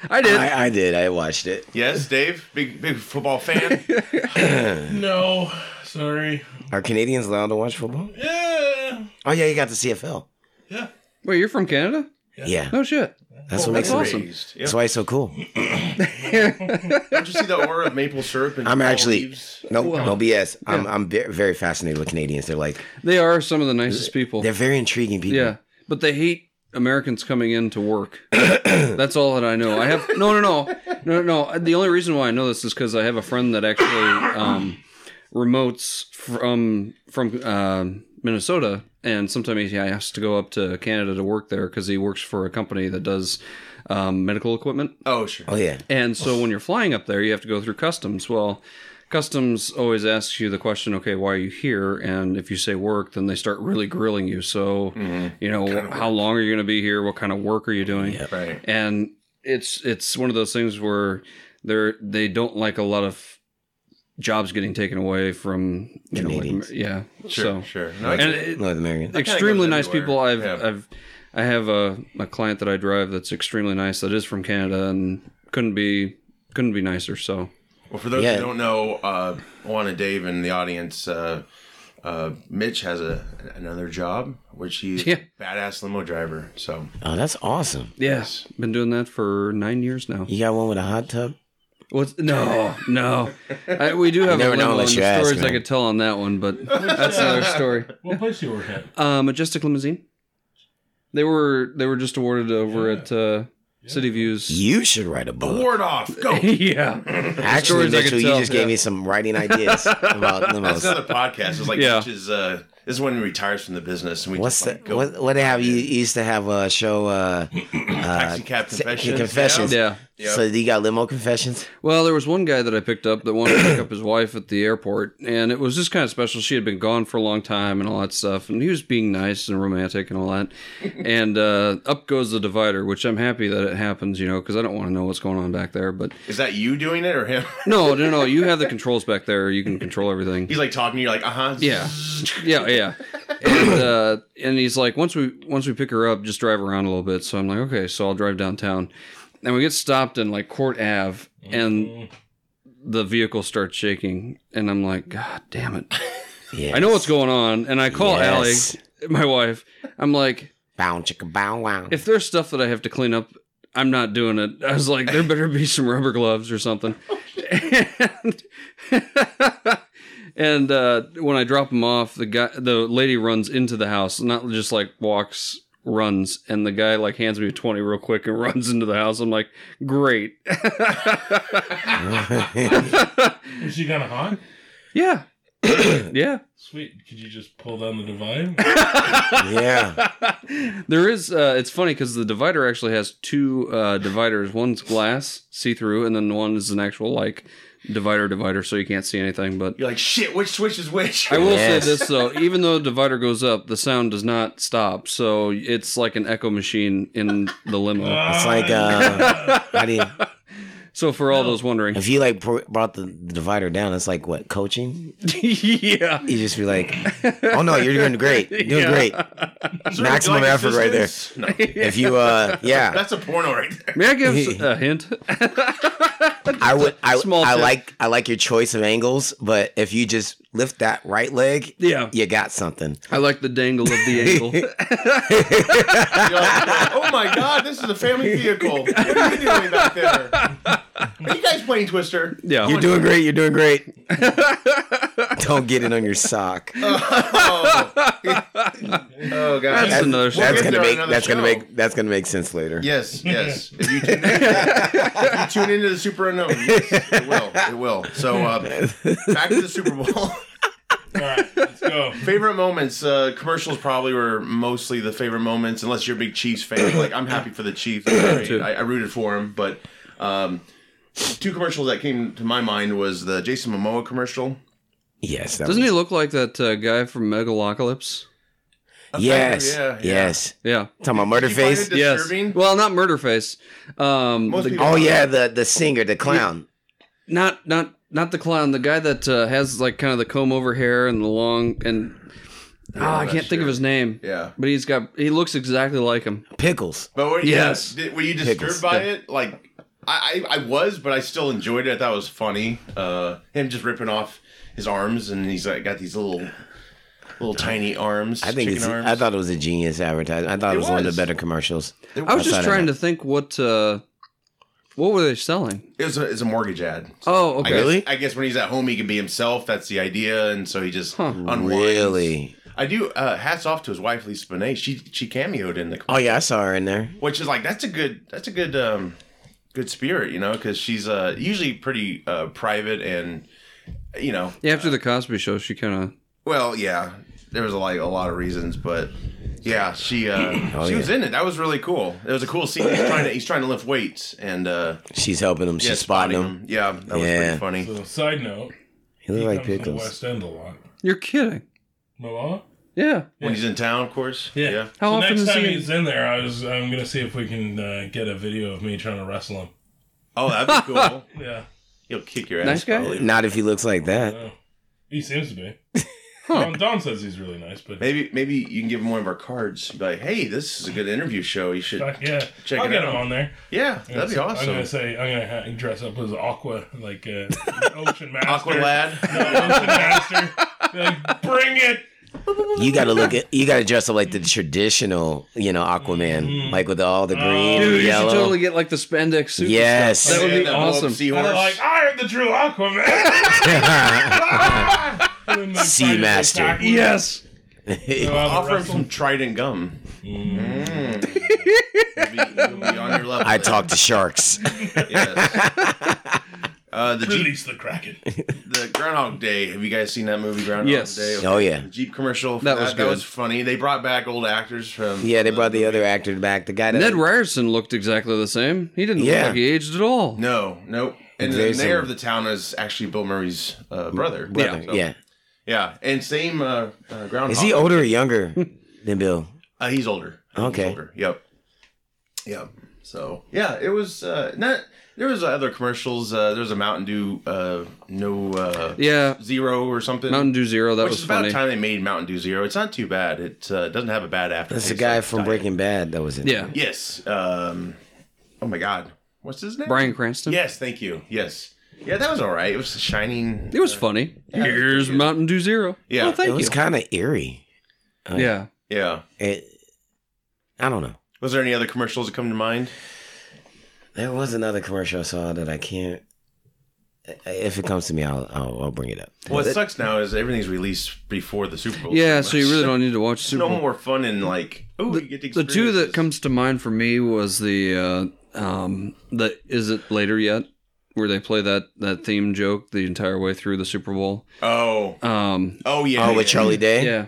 [SPEAKER 2] I did.
[SPEAKER 4] I, I did. I watched it. [LAUGHS]
[SPEAKER 1] Yes, Dave, big big football fan.
[SPEAKER 5] No, sorry.
[SPEAKER 4] Are Canadians allowed to watch football?
[SPEAKER 5] Yeah,
[SPEAKER 4] Oh yeah, you got the CFL.
[SPEAKER 5] yeah.
[SPEAKER 2] Wait, you're from Canada?
[SPEAKER 4] Yeah.
[SPEAKER 2] No shit.
[SPEAKER 4] That's what makes it.
[SPEAKER 2] awesome.
[SPEAKER 1] Raised. Yep.
[SPEAKER 4] That's why it's so cool.
[SPEAKER 1] Don't you see the aura of maple syrup? And
[SPEAKER 4] I'm
[SPEAKER 1] olive
[SPEAKER 4] actually
[SPEAKER 1] leaves?
[SPEAKER 4] no, no BS. I'm I'm ve- very fascinated with Canadians. They're like
[SPEAKER 2] They are some of the nicest people.
[SPEAKER 4] they're very intriguing people.
[SPEAKER 2] Yeah, but they hate Americans coming in to work. That's all that I know. I have no, no, no, no, no. no. The only reason why I know this is because I have a friend that actually um, remotes from from um uh, Minnesota and sometimes he has to go up to Canada to work there because he works for a company that does um, medical equipment.
[SPEAKER 1] Oh, sure.
[SPEAKER 4] Oh yeah.
[SPEAKER 2] And so when you're flying up there, you have to go through customs. Well, customs always asks you the question, okay, why are you here? And if you say work, then they start really grilling you. So, you know, how long are you going to be here? What kind of work are you doing?
[SPEAKER 1] Right.
[SPEAKER 2] And it's it's one of those things where they're they don't like a lot of jobs getting taken away from you know, like,
[SPEAKER 4] Canadians.
[SPEAKER 2] yeah.
[SPEAKER 1] Sure.
[SPEAKER 4] Oh.
[SPEAKER 2] so
[SPEAKER 1] Sure. No, I
[SPEAKER 2] and
[SPEAKER 1] get it.
[SPEAKER 2] it,
[SPEAKER 4] North American.
[SPEAKER 1] kinda
[SPEAKER 2] extremely
[SPEAKER 1] goes
[SPEAKER 2] nice
[SPEAKER 1] everywhere.
[SPEAKER 2] people. I've,
[SPEAKER 1] Yeah.
[SPEAKER 2] I've, I have a, a client that I drive that's extremely nice. That is from Canada and couldn't be, couldn't be nicer. So
[SPEAKER 1] Well, for those
[SPEAKER 4] Yeah.
[SPEAKER 1] who don't know, uh, Juan and Dave in the audience, uh, uh, Mitch has a another job, which he's
[SPEAKER 2] Yeah.
[SPEAKER 1] a badass limo driver. So
[SPEAKER 4] Oh, that's awesome.
[SPEAKER 2] yes, been doing that for nine years now.
[SPEAKER 4] You got one with a hot tub?
[SPEAKER 2] What's [LAUGHS] no, no. I, we do have a
[SPEAKER 4] never know
[SPEAKER 2] level on the
[SPEAKER 4] unless you ask,
[SPEAKER 2] stories I
[SPEAKER 4] man.
[SPEAKER 2] could tell on that one, [LAUGHS] but that's another story.
[SPEAKER 5] What place you work at?
[SPEAKER 2] Uh, Majestic Limousine. They were they were just awarded over at uh, City Views.
[SPEAKER 4] You should write a book.
[SPEAKER 1] ward off,
[SPEAKER 4] [LAUGHS]
[SPEAKER 1] go.
[SPEAKER 2] [LAUGHS] yeah,
[SPEAKER 4] Actually,
[SPEAKER 2] stories I could
[SPEAKER 4] Mitchell, you
[SPEAKER 2] tell,
[SPEAKER 4] just gave
[SPEAKER 2] yeah.
[SPEAKER 4] me some writing ideas about
[SPEAKER 1] That's
[SPEAKER 4] limos.
[SPEAKER 1] another podcast. It's like
[SPEAKER 2] Yeah.
[SPEAKER 1] Mitch is uh, this is when he retires from the business, and we
[SPEAKER 4] What's
[SPEAKER 1] just like,
[SPEAKER 4] that? What, what have you you used to have a show? Uh,
[SPEAKER 1] taxi cab confessions.
[SPEAKER 4] confessions.
[SPEAKER 1] Yeah.
[SPEAKER 2] yeah.
[SPEAKER 4] So you got limo confessions?
[SPEAKER 2] Well, there was one guy that I picked up that wanted to pick up his wife at the airport, and it was just kind of special. She had been gone for a long time and all that stuff, and he was being nice and romantic and all that. And uh, up goes the divider, which I'm happy that it happens, you know, because I don't want to know what's going on back there. But
[SPEAKER 1] Is that you doing it or him? [LAUGHS]
[SPEAKER 2] no, no, no, you have the controls back there. You can control everything.
[SPEAKER 1] He's like talking to you, like, uh huh.
[SPEAKER 2] Yeah, yeah, yeah. And uh, and he's like, once we once we pick her up, just drive around a little bit. So I'm like, okay, so I'll drive downtown, and we get stopped in like Court Ave, and the vehicle starts shaking, and I'm like, God damn it!
[SPEAKER 4] Yeah.
[SPEAKER 2] I know what's going on, and I call
[SPEAKER 4] Yes.
[SPEAKER 2] Allie, my wife. I'm like,
[SPEAKER 4] Bow chicka bow wow. [LAUGHS]
[SPEAKER 2] [LAUGHS] if there's stuff that I have to clean up, I'm not doing it. I was like, there better be some rubber gloves or something. and [LAUGHS] and uh, when I drop them off, the guy, the lady runs into the house, not just like walks, runs, and the guy like hands me a twenty real quick and [LAUGHS] runs into the house. I'm like, great,
[SPEAKER 5] Is she kind of hot?
[SPEAKER 2] yeah, [COUGHS] yeah.
[SPEAKER 5] Sweet. Could you just pull down the [LAUGHS] divide?
[SPEAKER 4] yeah.
[SPEAKER 2] There is. Uh, it's funny because the divider actually has two uh, dividers. One's glass, see through, and then one is an actual like divider divider, so you can't see anything. But
[SPEAKER 1] You're like, shit. Which switch is which? [LAUGHS]
[SPEAKER 2] I will
[SPEAKER 4] Yes.
[SPEAKER 2] say this though, even though the divider goes up, the sound does not stop. So it's like an echo machine in the limo.
[SPEAKER 4] It's like uh, how do you,
[SPEAKER 2] So for all those wondering,
[SPEAKER 4] if you like pr- brought the, the divider down, it's like what coaching?
[SPEAKER 2] [LAUGHS] yeah,
[SPEAKER 4] You just be like, oh no, you're doing great, you're doing great. Maximum
[SPEAKER 1] Like
[SPEAKER 4] effort right there.
[SPEAKER 1] assistance? No,
[SPEAKER 4] If you uh, yeah,
[SPEAKER 1] that's a porno right [LAUGHS] there.
[SPEAKER 2] may I give
[SPEAKER 4] [LAUGHS]
[SPEAKER 2] s- a hint?
[SPEAKER 4] I would. I,
[SPEAKER 2] Small
[SPEAKER 4] I
[SPEAKER 2] tip.
[SPEAKER 4] like. I like your choice of angles, but if you just lift that right leg,
[SPEAKER 2] Yeah.
[SPEAKER 4] you got something.
[SPEAKER 2] I like the dangle of
[SPEAKER 4] [LAUGHS]
[SPEAKER 2] the angle.
[SPEAKER 1] You're like, oh my god, this is a family vehicle. What are you doing back there? Are you guys playing Twister?
[SPEAKER 2] Yeah,
[SPEAKER 4] You're doing great. You're doing great. [LAUGHS] Don't get it on
[SPEAKER 2] [LAUGHS]
[SPEAKER 4] your sock.
[SPEAKER 1] Oh, oh god,
[SPEAKER 2] That's another show.
[SPEAKER 1] We'll
[SPEAKER 4] That's
[SPEAKER 1] get
[SPEAKER 4] gonna
[SPEAKER 1] there
[SPEAKER 4] make.
[SPEAKER 1] another
[SPEAKER 4] That's gonna
[SPEAKER 1] show.
[SPEAKER 4] make. That's gonna make sense later.
[SPEAKER 1] Yes, yes. If you tune, in, if you tune into the Super Unknown, yes, it will. It will. So uh, back to the Super Bowl. [LAUGHS]
[SPEAKER 5] All right, let's go.
[SPEAKER 1] favorite moments. Uh, commercials probably were mostly the favorite moments, unless you're a big Chiefs fan. Like I'm happy for the Chiefs. That's great. I, I rooted for them, but um, two commercials that came to my mind was the Jason Momoa commercial.
[SPEAKER 4] Yes. That
[SPEAKER 2] doesn't
[SPEAKER 4] was,
[SPEAKER 2] he look like that uh, guy from Megalocalypse?
[SPEAKER 4] yes.
[SPEAKER 1] Yeah, yeah.
[SPEAKER 4] Yes.
[SPEAKER 2] Yeah.
[SPEAKER 4] Talking about murder
[SPEAKER 1] You find it
[SPEAKER 4] face.
[SPEAKER 2] Yes.
[SPEAKER 1] disturbing?
[SPEAKER 2] Well, not Murderface. Um,
[SPEAKER 1] Most
[SPEAKER 2] the-
[SPEAKER 1] people-
[SPEAKER 4] Oh yeah, the the singer, the clown.
[SPEAKER 2] not not not the clown. The guy that uh, has like kind of the comb over hair and the long and Ah, I
[SPEAKER 1] that's
[SPEAKER 2] can't think of
[SPEAKER 1] true.
[SPEAKER 2] his name.
[SPEAKER 1] Yeah.
[SPEAKER 2] But he's got he looks exactly like him.
[SPEAKER 4] Pickles.
[SPEAKER 1] But were,
[SPEAKER 2] Yes.
[SPEAKER 1] yeah, did- were you disturbed
[SPEAKER 4] Pickles.
[SPEAKER 1] by it? Like, I, I, I was, but I still enjoyed it. I thought it was funny. Uh, him just ripping off his arms, and he's like got these little, little tiny arms.
[SPEAKER 4] I think
[SPEAKER 1] chicken
[SPEAKER 4] it's.
[SPEAKER 1] arms.
[SPEAKER 4] I thought it was a genius advertisement. I thought it,
[SPEAKER 1] It
[SPEAKER 4] was, one of
[SPEAKER 1] was.
[SPEAKER 4] the better commercials.
[SPEAKER 2] I was
[SPEAKER 4] I
[SPEAKER 2] just
[SPEAKER 4] thought I
[SPEAKER 2] trying
[SPEAKER 4] know.
[SPEAKER 2] to think what uh what were they selling?
[SPEAKER 1] it was a, it's a mortgage ad.
[SPEAKER 2] Oh,
[SPEAKER 1] I
[SPEAKER 2] okay.
[SPEAKER 1] guess, I guess when he's at home, he can be himself. That's the idea, and so he just unwinds.
[SPEAKER 4] Really.
[SPEAKER 1] I do. Uh, hats off to his wife, Lisa Bonet. She she cameoed in the,
[SPEAKER 4] Oh yeah, I saw her in there.
[SPEAKER 1] which is like that's a good that's a good um good spirit, you know, because she's uh usually pretty uh private and you know
[SPEAKER 2] Yeah, after the Cosby show, she kind of
[SPEAKER 1] Well, yeah. there was a, like a lot of reasons, but yeah, she
[SPEAKER 4] [CLEARS THROAT]
[SPEAKER 1] uh,
[SPEAKER 4] Oh,
[SPEAKER 1] she was in it. That was really cool. It was a cool scene. He's trying to he's trying to lift weights and uh,
[SPEAKER 4] She's helping him. She's
[SPEAKER 1] yeah,
[SPEAKER 4] spotting him.
[SPEAKER 1] Yeah, that was
[SPEAKER 4] Yeah.
[SPEAKER 1] pretty funny.
[SPEAKER 5] So, side note,
[SPEAKER 4] He looked
[SPEAKER 5] he
[SPEAKER 4] like
[SPEAKER 5] comes to the
[SPEAKER 4] pickles.
[SPEAKER 5] West End a lot.
[SPEAKER 2] You're kidding.
[SPEAKER 5] Moa?
[SPEAKER 2] Yeah.
[SPEAKER 1] When he's in town, of course.
[SPEAKER 2] How
[SPEAKER 5] so
[SPEAKER 2] often
[SPEAKER 5] next
[SPEAKER 2] is
[SPEAKER 5] time
[SPEAKER 2] he-
[SPEAKER 5] he's in there, I was I'm gonna see if we can uh, get a video of me trying to wrestle him.
[SPEAKER 1] Oh, that'd be cool.
[SPEAKER 5] [LAUGHS] Yeah,
[SPEAKER 1] He'll kick your ass.
[SPEAKER 2] Nice guy?
[SPEAKER 1] probably.
[SPEAKER 4] Not if he looks like that.
[SPEAKER 5] no. he seems to be.
[SPEAKER 1] [LAUGHS]
[SPEAKER 5] Don, Don says he's really nice, but
[SPEAKER 1] Maybe maybe you can give him one of our cards. Be like, hey, this is a good interview show. You should.
[SPEAKER 5] fuck yeah,
[SPEAKER 1] Check
[SPEAKER 5] I'll
[SPEAKER 1] it
[SPEAKER 5] get
[SPEAKER 1] out.
[SPEAKER 5] him on there.
[SPEAKER 1] Yeah, that'd be
[SPEAKER 5] So I'm
[SPEAKER 1] awesome.
[SPEAKER 5] gonna say I'm gonna ha- dress up as Aqua,
[SPEAKER 1] [LAUGHS]
[SPEAKER 5] like uh, Ocean Master.
[SPEAKER 1] Aqua lad.
[SPEAKER 5] [LAUGHS] No, Ocean Master. Be like, bring it.
[SPEAKER 4] You gotta look at. You gotta dress up like the traditional, you know, Aquaman, like with all the
[SPEAKER 2] Mm-hmm. Oh,
[SPEAKER 4] green,
[SPEAKER 2] Dude, you
[SPEAKER 4] yellow.
[SPEAKER 2] should totally get like the spandex suit. and
[SPEAKER 4] Yes.
[SPEAKER 2] stuff. [LAUGHS] That would
[SPEAKER 1] And
[SPEAKER 2] be
[SPEAKER 1] the blow-up
[SPEAKER 2] awesome.
[SPEAKER 5] And
[SPEAKER 1] Seahorse.
[SPEAKER 5] they're like, I am the
[SPEAKER 1] [LAUGHS]
[SPEAKER 5] true Aquaman. [LAUGHS] And then they
[SPEAKER 4] Sea
[SPEAKER 5] fight it
[SPEAKER 4] Master.
[SPEAKER 5] backwards.
[SPEAKER 2] Yes.
[SPEAKER 5] So uh, I'll
[SPEAKER 1] Offer him
[SPEAKER 5] wrestle.
[SPEAKER 1] some Trident gum. Mm. You'll, be, you'll be on your level.
[SPEAKER 4] [LAUGHS] I talk to sharks.
[SPEAKER 1] Yes.
[SPEAKER 4] [LAUGHS]
[SPEAKER 1] Uh, the Jeep,
[SPEAKER 5] Release
[SPEAKER 1] [LAUGHS]
[SPEAKER 5] the Kraken.
[SPEAKER 1] the Groundhog Day. Have you guys seen that movie Groundhog
[SPEAKER 2] Yes.
[SPEAKER 1] Day?
[SPEAKER 4] Oh yeah,
[SPEAKER 1] The Jeep commercial. for
[SPEAKER 2] That was
[SPEAKER 1] That
[SPEAKER 2] good.
[SPEAKER 1] was funny. They brought back old actors from.
[SPEAKER 4] yeah. They brought the other actor back. The guy that
[SPEAKER 2] Ned Ryerson looked exactly the same. He didn't
[SPEAKER 4] Yeah.
[SPEAKER 2] look like he aged at all.
[SPEAKER 1] No, nope. And
[SPEAKER 4] Very
[SPEAKER 1] the mayor
[SPEAKER 4] similar.
[SPEAKER 1] of the town is actually Bill Murray's uh, brother.
[SPEAKER 4] brother.
[SPEAKER 1] So-
[SPEAKER 4] yeah.
[SPEAKER 1] yeah, and same uh, uh, Groundhog.
[SPEAKER 4] Is he
[SPEAKER 2] Oh.
[SPEAKER 1] Day.
[SPEAKER 4] older or younger
[SPEAKER 2] [LAUGHS]
[SPEAKER 4] than Bill?
[SPEAKER 1] Uh, he's older. He's
[SPEAKER 4] Okay.
[SPEAKER 1] older. Yep. Yep. So yeah, it was uh, not. There was other commercials. Uh, there was a Mountain Dew uh, no uh,
[SPEAKER 2] Yeah.
[SPEAKER 1] zero or something.
[SPEAKER 2] Mountain Dew Zero. That
[SPEAKER 1] Which
[SPEAKER 2] was
[SPEAKER 1] is about
[SPEAKER 2] funny.
[SPEAKER 1] time they made Mountain Dew Zero. It's not too bad. It uh, doesn't have a bad aftertaste.
[SPEAKER 4] That's the guy
[SPEAKER 1] like
[SPEAKER 4] from
[SPEAKER 1] diet.
[SPEAKER 4] Breaking Bad that was in. it.
[SPEAKER 2] Yeah.
[SPEAKER 1] Yes. Um, oh my God. What's his name?
[SPEAKER 2] Brian Cranston.
[SPEAKER 1] Yes. Thank you. Yes. Yeah, that was all right. It was a shining.
[SPEAKER 2] It was funny. Here's Mountain Dew Zero.
[SPEAKER 1] Yeah.
[SPEAKER 2] Oh,
[SPEAKER 4] it
[SPEAKER 2] thank
[SPEAKER 4] was
[SPEAKER 2] you.
[SPEAKER 4] kind of eerie.
[SPEAKER 2] yeah.
[SPEAKER 1] Yeah.
[SPEAKER 4] It, I don't know.
[SPEAKER 1] Was there any other commercials that come to mind?
[SPEAKER 4] There was another commercial I saw that I can't. If it comes to me, I'll I'll, I'll bring it up.
[SPEAKER 1] What sucks now is everything's released before the Super Bowl.
[SPEAKER 2] Yeah, so you really don't need to watch Super
[SPEAKER 1] no
[SPEAKER 2] Bowl.
[SPEAKER 1] more fun in like oh you get to
[SPEAKER 2] The two
[SPEAKER 1] experience
[SPEAKER 2] that
[SPEAKER 1] this.
[SPEAKER 2] comes to mind for me was the uh, um, the is it later yet where they play that that theme joke the entire way through the Super Bowl.
[SPEAKER 1] oh
[SPEAKER 2] Um,
[SPEAKER 1] oh yeah
[SPEAKER 4] Oh,
[SPEAKER 1] yeah,
[SPEAKER 4] with Charlie Day.
[SPEAKER 2] yeah,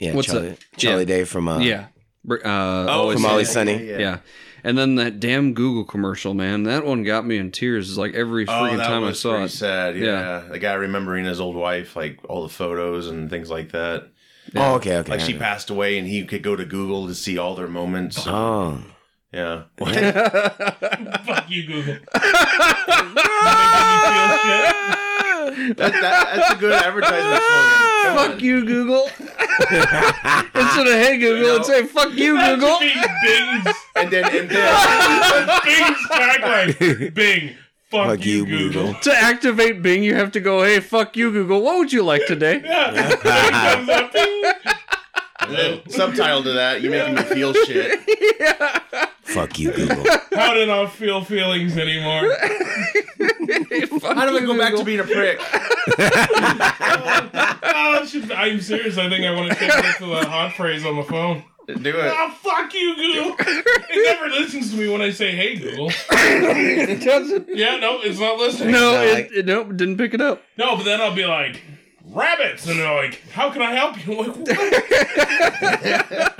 [SPEAKER 4] yeah.
[SPEAKER 2] What's
[SPEAKER 4] Charlie,
[SPEAKER 2] that?
[SPEAKER 4] Charlie Day from uh,
[SPEAKER 2] yeah. Br- Uh,
[SPEAKER 1] Oh, yeah.
[SPEAKER 2] always
[SPEAKER 4] From
[SPEAKER 2] Sunny.
[SPEAKER 4] Always Sunny.
[SPEAKER 2] Yeah. and then that damn Google commercial, man. That one got me in tears. Like every
[SPEAKER 1] Oh,
[SPEAKER 2] freaking
[SPEAKER 1] that
[SPEAKER 2] time I
[SPEAKER 1] was
[SPEAKER 2] saw
[SPEAKER 1] pretty
[SPEAKER 2] it.
[SPEAKER 1] sad. Yeah.
[SPEAKER 2] Yeah.
[SPEAKER 1] the guy remembering his old wife, like all the photos and things like that.
[SPEAKER 4] Oh, okay, okay.
[SPEAKER 1] Like
[SPEAKER 4] I
[SPEAKER 1] she
[SPEAKER 4] know.
[SPEAKER 1] passed away, and he could go to Google to see all their moments.
[SPEAKER 4] Oh,
[SPEAKER 2] [LAUGHS]
[SPEAKER 1] Yeah,
[SPEAKER 5] Fuck
[SPEAKER 1] [LAUGHS]
[SPEAKER 5] you, Google. Making me feel shit.
[SPEAKER 1] That- that- that's a good advertisement slogan.
[SPEAKER 2] Ah, Fuck
[SPEAKER 1] [LAUGHS]
[SPEAKER 2] you, Google. Instead of hey Google,
[SPEAKER 1] No.
[SPEAKER 2] and say fuck you, Google.
[SPEAKER 5] Bing, Bing's,
[SPEAKER 1] And then, and then [LAUGHS]
[SPEAKER 5] Bing's tagline. Bing, fuck,
[SPEAKER 4] Fuck
[SPEAKER 5] you,
[SPEAKER 4] you,
[SPEAKER 5] Google.
[SPEAKER 4] Google.
[SPEAKER 2] To activate Bing, you have to go, hey, fuck you, Google. What would you
[SPEAKER 1] [LAUGHS]
[SPEAKER 2] like today?
[SPEAKER 5] Yeah. [LAUGHS] Bing comes up. Bing. Hello.
[SPEAKER 1] subtitle to that, you making me feel
[SPEAKER 2] [LAUGHS]
[SPEAKER 1] shit.
[SPEAKER 4] fuck you, Google.
[SPEAKER 5] How did I feel feelings anymore?
[SPEAKER 1] How do I go back to being a prick?
[SPEAKER 5] Oh, I should, I'm serious. I think I want to take back to that hot phrase on the phone.
[SPEAKER 1] Do it.
[SPEAKER 5] Oh, fuck you, Google. It never listens to me when I say, hey, Google.
[SPEAKER 2] It doesn't.
[SPEAKER 5] Yeah, no, it's not listening.
[SPEAKER 2] No, it, it, nope, didn't pick it up.
[SPEAKER 5] No, but then I'll be like, rabbits. And they're like, how can I help you? I'm like, what?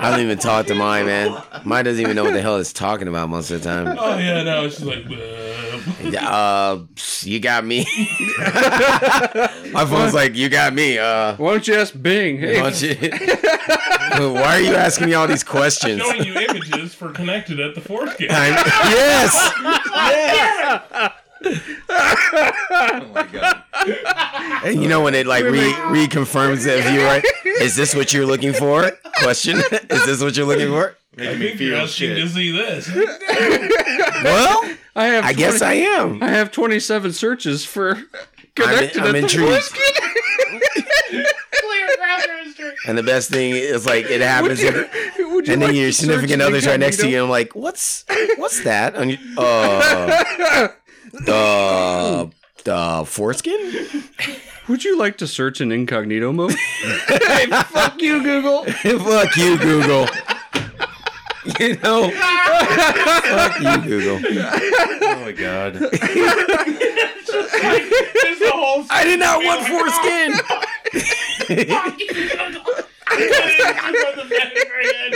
[SPEAKER 4] I don't even talk to mine, man. Mine doesn't even know what the hell it's talking about most of the time.
[SPEAKER 5] Oh, yeah, no. It's just like, uh,
[SPEAKER 4] Uh, you got me. [LAUGHS] My phone's like, you got me. Uh,
[SPEAKER 2] Why don't you ask Bing? Hey,
[SPEAKER 4] don't you- [LAUGHS] why are you asking me all these questions?
[SPEAKER 5] showing you images for connected at the fourth game.
[SPEAKER 4] I'm- yes.
[SPEAKER 1] Oh my [LAUGHS] god.
[SPEAKER 4] And you know when it like re- reconfirms that view, right? Is this what you're looking for? Question. Is this what you're looking for?
[SPEAKER 1] Making me
[SPEAKER 5] If you're
[SPEAKER 1] feel
[SPEAKER 5] asking to
[SPEAKER 1] shit.
[SPEAKER 5] see this. [LAUGHS]
[SPEAKER 4] Well,
[SPEAKER 2] I have.
[SPEAKER 4] I guess I am.
[SPEAKER 2] I have 27 searches
[SPEAKER 4] [LAUGHS]
[SPEAKER 2] for connected
[SPEAKER 4] I'm
[SPEAKER 2] at the
[SPEAKER 4] intrigued.
[SPEAKER 2] fourth [LAUGHS]
[SPEAKER 4] [LAUGHS]
[SPEAKER 2] kid.
[SPEAKER 4] And the best thing is like it happens.
[SPEAKER 2] Would you- would you
[SPEAKER 4] and
[SPEAKER 2] like
[SPEAKER 4] then your
[SPEAKER 2] to search
[SPEAKER 4] significant
[SPEAKER 2] the
[SPEAKER 4] other's right next to
[SPEAKER 2] incognito?
[SPEAKER 4] you. I'm like, what's what's that? And you, uh, the the foreskin? [LAUGHS]
[SPEAKER 2] Would you like to search in incognito mode? [LAUGHS] hey, fuck you, Google.
[SPEAKER 4] Fuck you, Google. [LAUGHS] you know, fuck you, Google.
[SPEAKER 1] Oh my [LAUGHS] god.
[SPEAKER 5] It's the whole [LAUGHS]
[SPEAKER 4] I did not want foreskin.
[SPEAKER 5] I got the back of my head.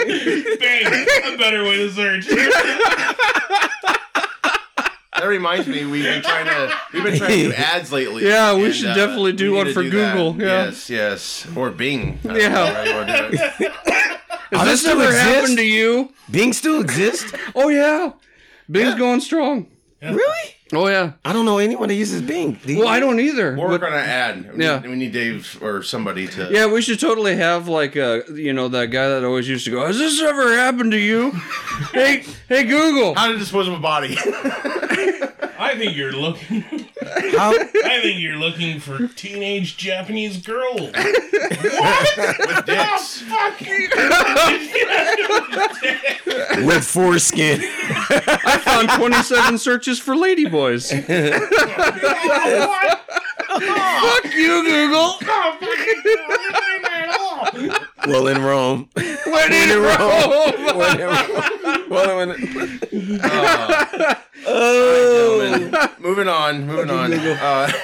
[SPEAKER 5] Bang! A better way to search.
[SPEAKER 1] That reminds me, we've been trying to we've been trying to
[SPEAKER 2] [LAUGHS]
[SPEAKER 1] do ads lately. uh,
[SPEAKER 2] Yeah, we should definitely do
[SPEAKER 1] we need
[SPEAKER 2] one
[SPEAKER 1] to
[SPEAKER 2] for
[SPEAKER 1] that.
[SPEAKER 2] Google, yeah.
[SPEAKER 1] Yes, yes, or Bing. I don't
[SPEAKER 2] Yeah.
[SPEAKER 1] know how you wanna
[SPEAKER 2] [LAUGHS]
[SPEAKER 1] do it.
[SPEAKER 4] Oh,
[SPEAKER 2] Has this
[SPEAKER 4] still
[SPEAKER 2] ever
[SPEAKER 4] exists?
[SPEAKER 2] happened to you?
[SPEAKER 4] Bing still exists?
[SPEAKER 2] Oh yeah, Bing's going strong.
[SPEAKER 4] really?
[SPEAKER 2] Oh yeah.
[SPEAKER 4] I don't know anyone that uses Bing. Do you?
[SPEAKER 2] Well, I don't either.
[SPEAKER 1] We're
[SPEAKER 2] but-
[SPEAKER 1] working on an ad. We
[SPEAKER 2] Yeah.
[SPEAKER 1] need, we need Dave or somebody to.
[SPEAKER 2] yeah, we should totally have like uh you know that guy that always used to go, "Has this ever happened to you?"
[SPEAKER 4] [LAUGHS]
[SPEAKER 2] hey, hey Google.
[SPEAKER 1] How to dispose of a body. [LAUGHS]
[SPEAKER 5] I think you're looking.
[SPEAKER 4] How,
[SPEAKER 5] I think you're looking for teenage Japanese girls.
[SPEAKER 1] With [LAUGHS] dicks.
[SPEAKER 4] with foreskin.
[SPEAKER 2] I found 27 searches for ladyboys.
[SPEAKER 4] [LAUGHS]
[SPEAKER 2] Fuck you, Google.
[SPEAKER 4] Well, in Rome.
[SPEAKER 2] Where did it roll?
[SPEAKER 4] Well, in Rome. Well, in-
[SPEAKER 1] moving on. Moving on. Uh,
[SPEAKER 2] [LAUGHS]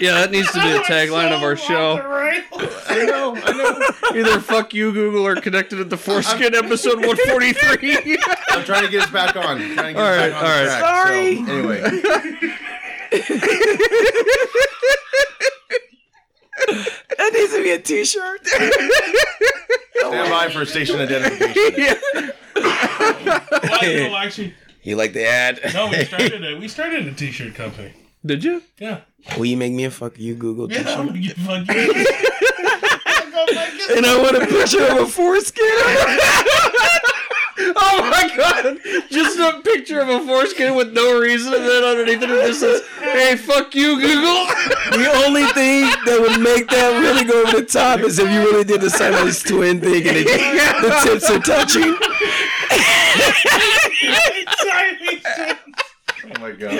[SPEAKER 2] Yeah, that needs to be the tagline of our show.
[SPEAKER 1] I know. I know.
[SPEAKER 2] Either fuck you, Google, or connected at the foreskin, episode 143.
[SPEAKER 1] I'm trying to get us back on. I'm trying to get
[SPEAKER 2] All
[SPEAKER 1] us
[SPEAKER 2] right,
[SPEAKER 1] back
[SPEAKER 2] all
[SPEAKER 1] on
[SPEAKER 2] right.
[SPEAKER 1] track. Sorry. So, anyway,
[SPEAKER 4] that needs to be a t-shirt.
[SPEAKER 1] stand by for station identification.
[SPEAKER 5] Well, no, actually,
[SPEAKER 4] You like the ad?
[SPEAKER 5] no. We started a we started a t-shirt company.
[SPEAKER 2] [LAUGHS] Did you?
[SPEAKER 5] Yeah.
[SPEAKER 4] [LAUGHS] Will you make me a fuck you Google
[SPEAKER 5] Yeah.
[SPEAKER 4] t-shirt?
[SPEAKER 5] I'm gonna give a fuck you. [LAUGHS]
[SPEAKER 4] [LAUGHS] And I want a picture of a foreskin.
[SPEAKER 2] [LAUGHS] Oh my god! Just a picture of a foreskin with no reason, and then underneath it, it just says, "Hey, fuck you, Google."
[SPEAKER 4] The only thing that would make that really go over the top is if you really did the Siamese twin thing and it, the tips are touching.
[SPEAKER 1] Oh my god.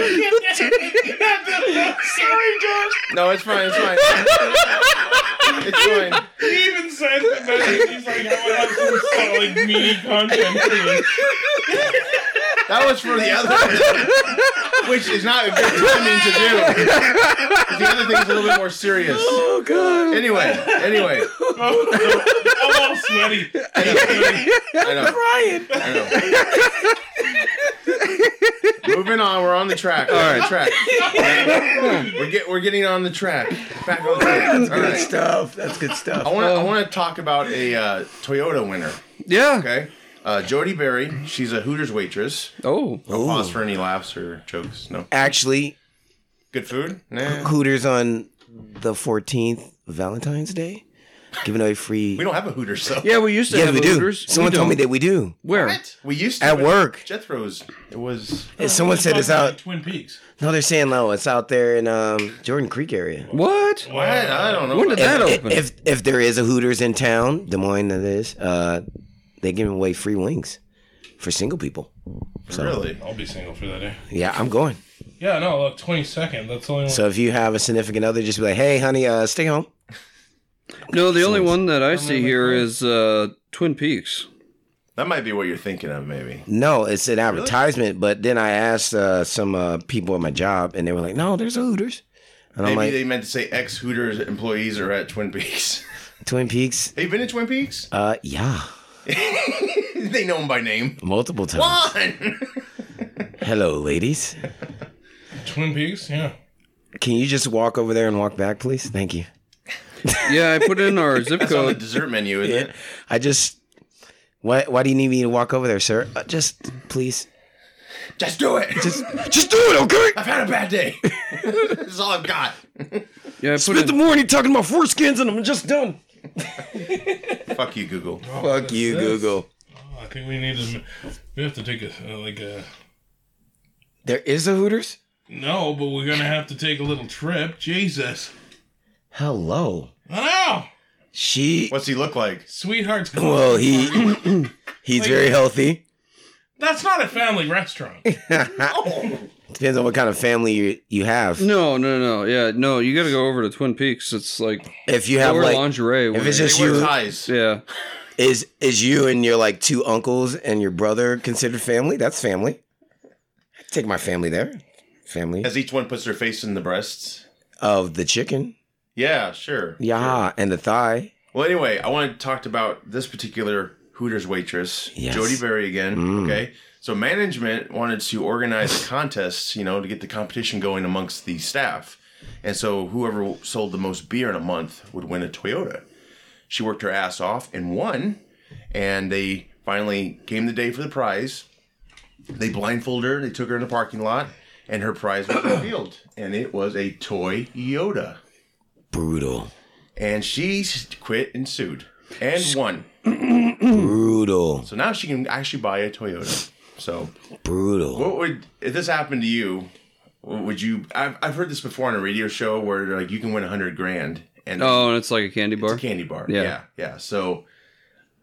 [SPEAKER 1] No, it's fine. It's fine. It's fine.
[SPEAKER 5] He even said that that he's like, I want to have some solid meaty content for this.
[SPEAKER 1] That was for the other, which is not a good timing to do. The other thing's a little bit more serious.
[SPEAKER 4] Oh god.
[SPEAKER 1] Anyway, anyway,
[SPEAKER 5] Oh, no. I'm all sweaty.
[SPEAKER 1] I know.
[SPEAKER 4] Brian.
[SPEAKER 1] I know. Moving on, we're on the track. All right, track. We're get we're getting on the track. Back on the track. All
[SPEAKER 4] Good
[SPEAKER 1] right.
[SPEAKER 4] stuff. That's good stuff.
[SPEAKER 1] I want to I want to talk about a uh, Toyota winner.
[SPEAKER 2] Yeah.
[SPEAKER 1] Okay, uh, Jody Berry. She's a Hooters waitress.
[SPEAKER 2] Oh.
[SPEAKER 4] Ooh.
[SPEAKER 1] Pause for any laughs or jokes. No.
[SPEAKER 4] Actually,
[SPEAKER 1] Good food? Nah.
[SPEAKER 4] Hooters on the 14th, Valentine's Day, giving away free.
[SPEAKER 1] We don't have a Hooters though.
[SPEAKER 2] Yeah, we used to
[SPEAKER 4] yeah,
[SPEAKER 2] have
[SPEAKER 4] we do.
[SPEAKER 2] Hooters.
[SPEAKER 4] Someone
[SPEAKER 2] We
[SPEAKER 4] told me
[SPEAKER 2] don't.
[SPEAKER 4] that we do.
[SPEAKER 2] Where?
[SPEAKER 1] We used to
[SPEAKER 4] At
[SPEAKER 1] but
[SPEAKER 4] work.
[SPEAKER 1] Jethro's. It was.
[SPEAKER 2] Oh.
[SPEAKER 4] And someone said it's out.
[SPEAKER 5] Twin Peaks.
[SPEAKER 4] No, they're saying no. It's out there in um, Jordan Creek area.
[SPEAKER 2] What?
[SPEAKER 1] What? I don't know.
[SPEAKER 2] When did that
[SPEAKER 4] If,
[SPEAKER 2] open?
[SPEAKER 4] if if there is a Hooters in town, Des Moines, that is, uh, they give away free wings for single people.
[SPEAKER 1] Really?
[SPEAKER 5] I'll be single for that day.
[SPEAKER 4] Yeah, I'm going.
[SPEAKER 5] Yeah, no, look, 22nd. That's the only one.
[SPEAKER 4] So if you have a significant other, just be like, "Hey, honey, uh, stay home."
[SPEAKER 2] no, the only one that I see here is uh, Twin Peaks.
[SPEAKER 1] That might be what you're thinking of, maybe.
[SPEAKER 4] No, it's an advertisement. But then I asked uh, some uh, people at my job, and they were like, "No, there's a Hooters." And
[SPEAKER 1] Maybe
[SPEAKER 4] I'm like,
[SPEAKER 1] they meant to say ex Hooters employees are at Twin Peaks. [LAUGHS]
[SPEAKER 4] "Twin Peaks."
[SPEAKER 1] Have you been to Twin Peaks?
[SPEAKER 4] Uh, yeah,
[SPEAKER 1] [LAUGHS] they know him by name.
[SPEAKER 4] multiple times.
[SPEAKER 1] Juan!
[SPEAKER 4] Hello, ladies.
[SPEAKER 5] Twin Peaks? Yeah.
[SPEAKER 4] Can you just walk over there and walk back, please? Thank you.
[SPEAKER 2] Yeah, I put in our zip
[SPEAKER 1] It's on [LAUGHS] the
[SPEAKER 2] code.
[SPEAKER 1] dessert menu, isn't it?
[SPEAKER 4] I just. Why, why do you need me to walk over there, sir? Uh, just please.
[SPEAKER 1] Just do it.
[SPEAKER 4] Just, just do it, okay?
[SPEAKER 1] [LAUGHS] I've had a bad
[SPEAKER 4] [LAUGHS]
[SPEAKER 1] day. [LAUGHS] this is all I've got.
[SPEAKER 2] Yeah, I put
[SPEAKER 4] Spent the
[SPEAKER 2] in,
[SPEAKER 4] morning talking about foreskins, and I'm just done.
[SPEAKER 1] Fuck you, Google.
[SPEAKER 4] Fuck you, Google.
[SPEAKER 5] Oh, I think we need to. We have to take a. Uh, like a.
[SPEAKER 4] There is a Hooters.
[SPEAKER 5] No, but we're going to have to take a little trip. Jesus.
[SPEAKER 4] Hello.
[SPEAKER 5] I know.
[SPEAKER 4] She.
[SPEAKER 1] What's he look like?
[SPEAKER 5] Sweetheart's.
[SPEAKER 4] Well, he
[SPEAKER 1] [CLEARS THROAT]
[SPEAKER 4] he's very healthy.
[SPEAKER 5] That's not a family restaurant.
[SPEAKER 4] Depends on what kind of family you you
[SPEAKER 2] [LAUGHS]
[SPEAKER 4] have.
[SPEAKER 2] no, no, no. Yeah, no. You got to go over to Twin Peaks. It's like
[SPEAKER 4] If you have
[SPEAKER 2] or
[SPEAKER 4] like,
[SPEAKER 2] lingerie.
[SPEAKER 4] if
[SPEAKER 2] when
[SPEAKER 4] it's
[SPEAKER 2] they-
[SPEAKER 4] just
[SPEAKER 1] He wears
[SPEAKER 4] you,
[SPEAKER 1] ties.
[SPEAKER 2] yeah.
[SPEAKER 4] is is you and your like two uncles and your brother considered family? That's family. I take my family there. Family
[SPEAKER 1] As each one puts their face in the breasts.
[SPEAKER 4] of the chicken,
[SPEAKER 1] Yeah, sure.
[SPEAKER 4] yeah, and the thigh.
[SPEAKER 1] Well, anyway, I wanted to talk about this particular Hooters waitress,
[SPEAKER 4] Yes.
[SPEAKER 1] Jody Berry again. Okay. So management wanted to organize a contest, you know, to get the competition going amongst the staff. And so whoever sold the most beer in a month would win a Toyota. She worked her ass off and won. And they finally came the day for the prize. They blindfolded her, they took her in the parking lot, and her prize was revealed. And it was a toy Yoda
[SPEAKER 4] Brutal.
[SPEAKER 1] and she quit and sued and won.
[SPEAKER 4] Brutal.
[SPEAKER 1] So now she can actually buy a Toyota. So
[SPEAKER 4] Brutal.
[SPEAKER 1] what would if this happened to you? what Would you? I've, I've heard this before on a radio show where they're like you can win a hundred grand and
[SPEAKER 2] Oh, and it's like a candy
[SPEAKER 1] it's
[SPEAKER 2] bar.
[SPEAKER 1] a candy bar.
[SPEAKER 2] Yeah.
[SPEAKER 1] Yeah. yeah, So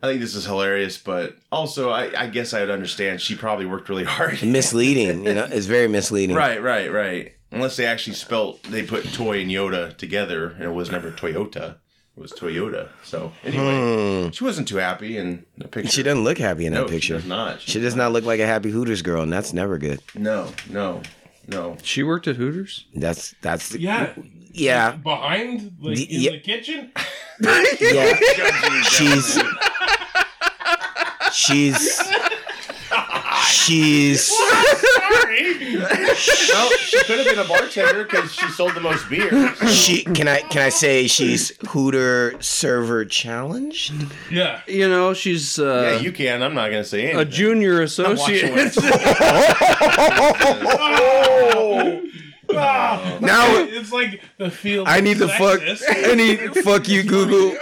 [SPEAKER 1] I think this is hilarious, but also I, I guess I would understand. She probably worked really
[SPEAKER 2] [LAUGHS]
[SPEAKER 1] hard. [LAUGHS]
[SPEAKER 4] Misleading. You know, it's very misleading.
[SPEAKER 1] right, right, right. Unless they actually spelt they put toy and Yoda together, and it was never Toyota. It was Toyota. So anyway,
[SPEAKER 2] Hmm.
[SPEAKER 1] she wasn't too happy in the picture.
[SPEAKER 4] She doesn't look happy in that
[SPEAKER 1] no, She
[SPEAKER 4] picture.
[SPEAKER 1] does not.
[SPEAKER 4] She does not look like a happy Hooters girl, and that's never good.
[SPEAKER 1] No, no, no.
[SPEAKER 2] She worked at Hooters.
[SPEAKER 4] That's that's the,
[SPEAKER 5] Yeah.
[SPEAKER 4] yeah
[SPEAKER 5] Behind, like
[SPEAKER 4] The-
[SPEAKER 5] in
[SPEAKER 4] yeah.
[SPEAKER 5] the kitchen.
[SPEAKER 4] yeah.
[SPEAKER 1] [LAUGHS]
[SPEAKER 4] she's she's she's
[SPEAKER 1] No, she could have been a bartender because she sold the most beer.
[SPEAKER 4] she can I can I say she's Hooter server challenged?
[SPEAKER 5] Yeah.
[SPEAKER 2] You know, she's uh,
[SPEAKER 1] yeah, you can. I'm not gonna say anything.
[SPEAKER 2] a junior
[SPEAKER 1] I'm watching
[SPEAKER 2] associate.
[SPEAKER 1] Oh,
[SPEAKER 5] Ah,
[SPEAKER 4] Now
[SPEAKER 5] it's like the field.
[SPEAKER 4] I need to
[SPEAKER 5] of
[SPEAKER 4] fuck
[SPEAKER 5] sexist.
[SPEAKER 4] any fuck you Google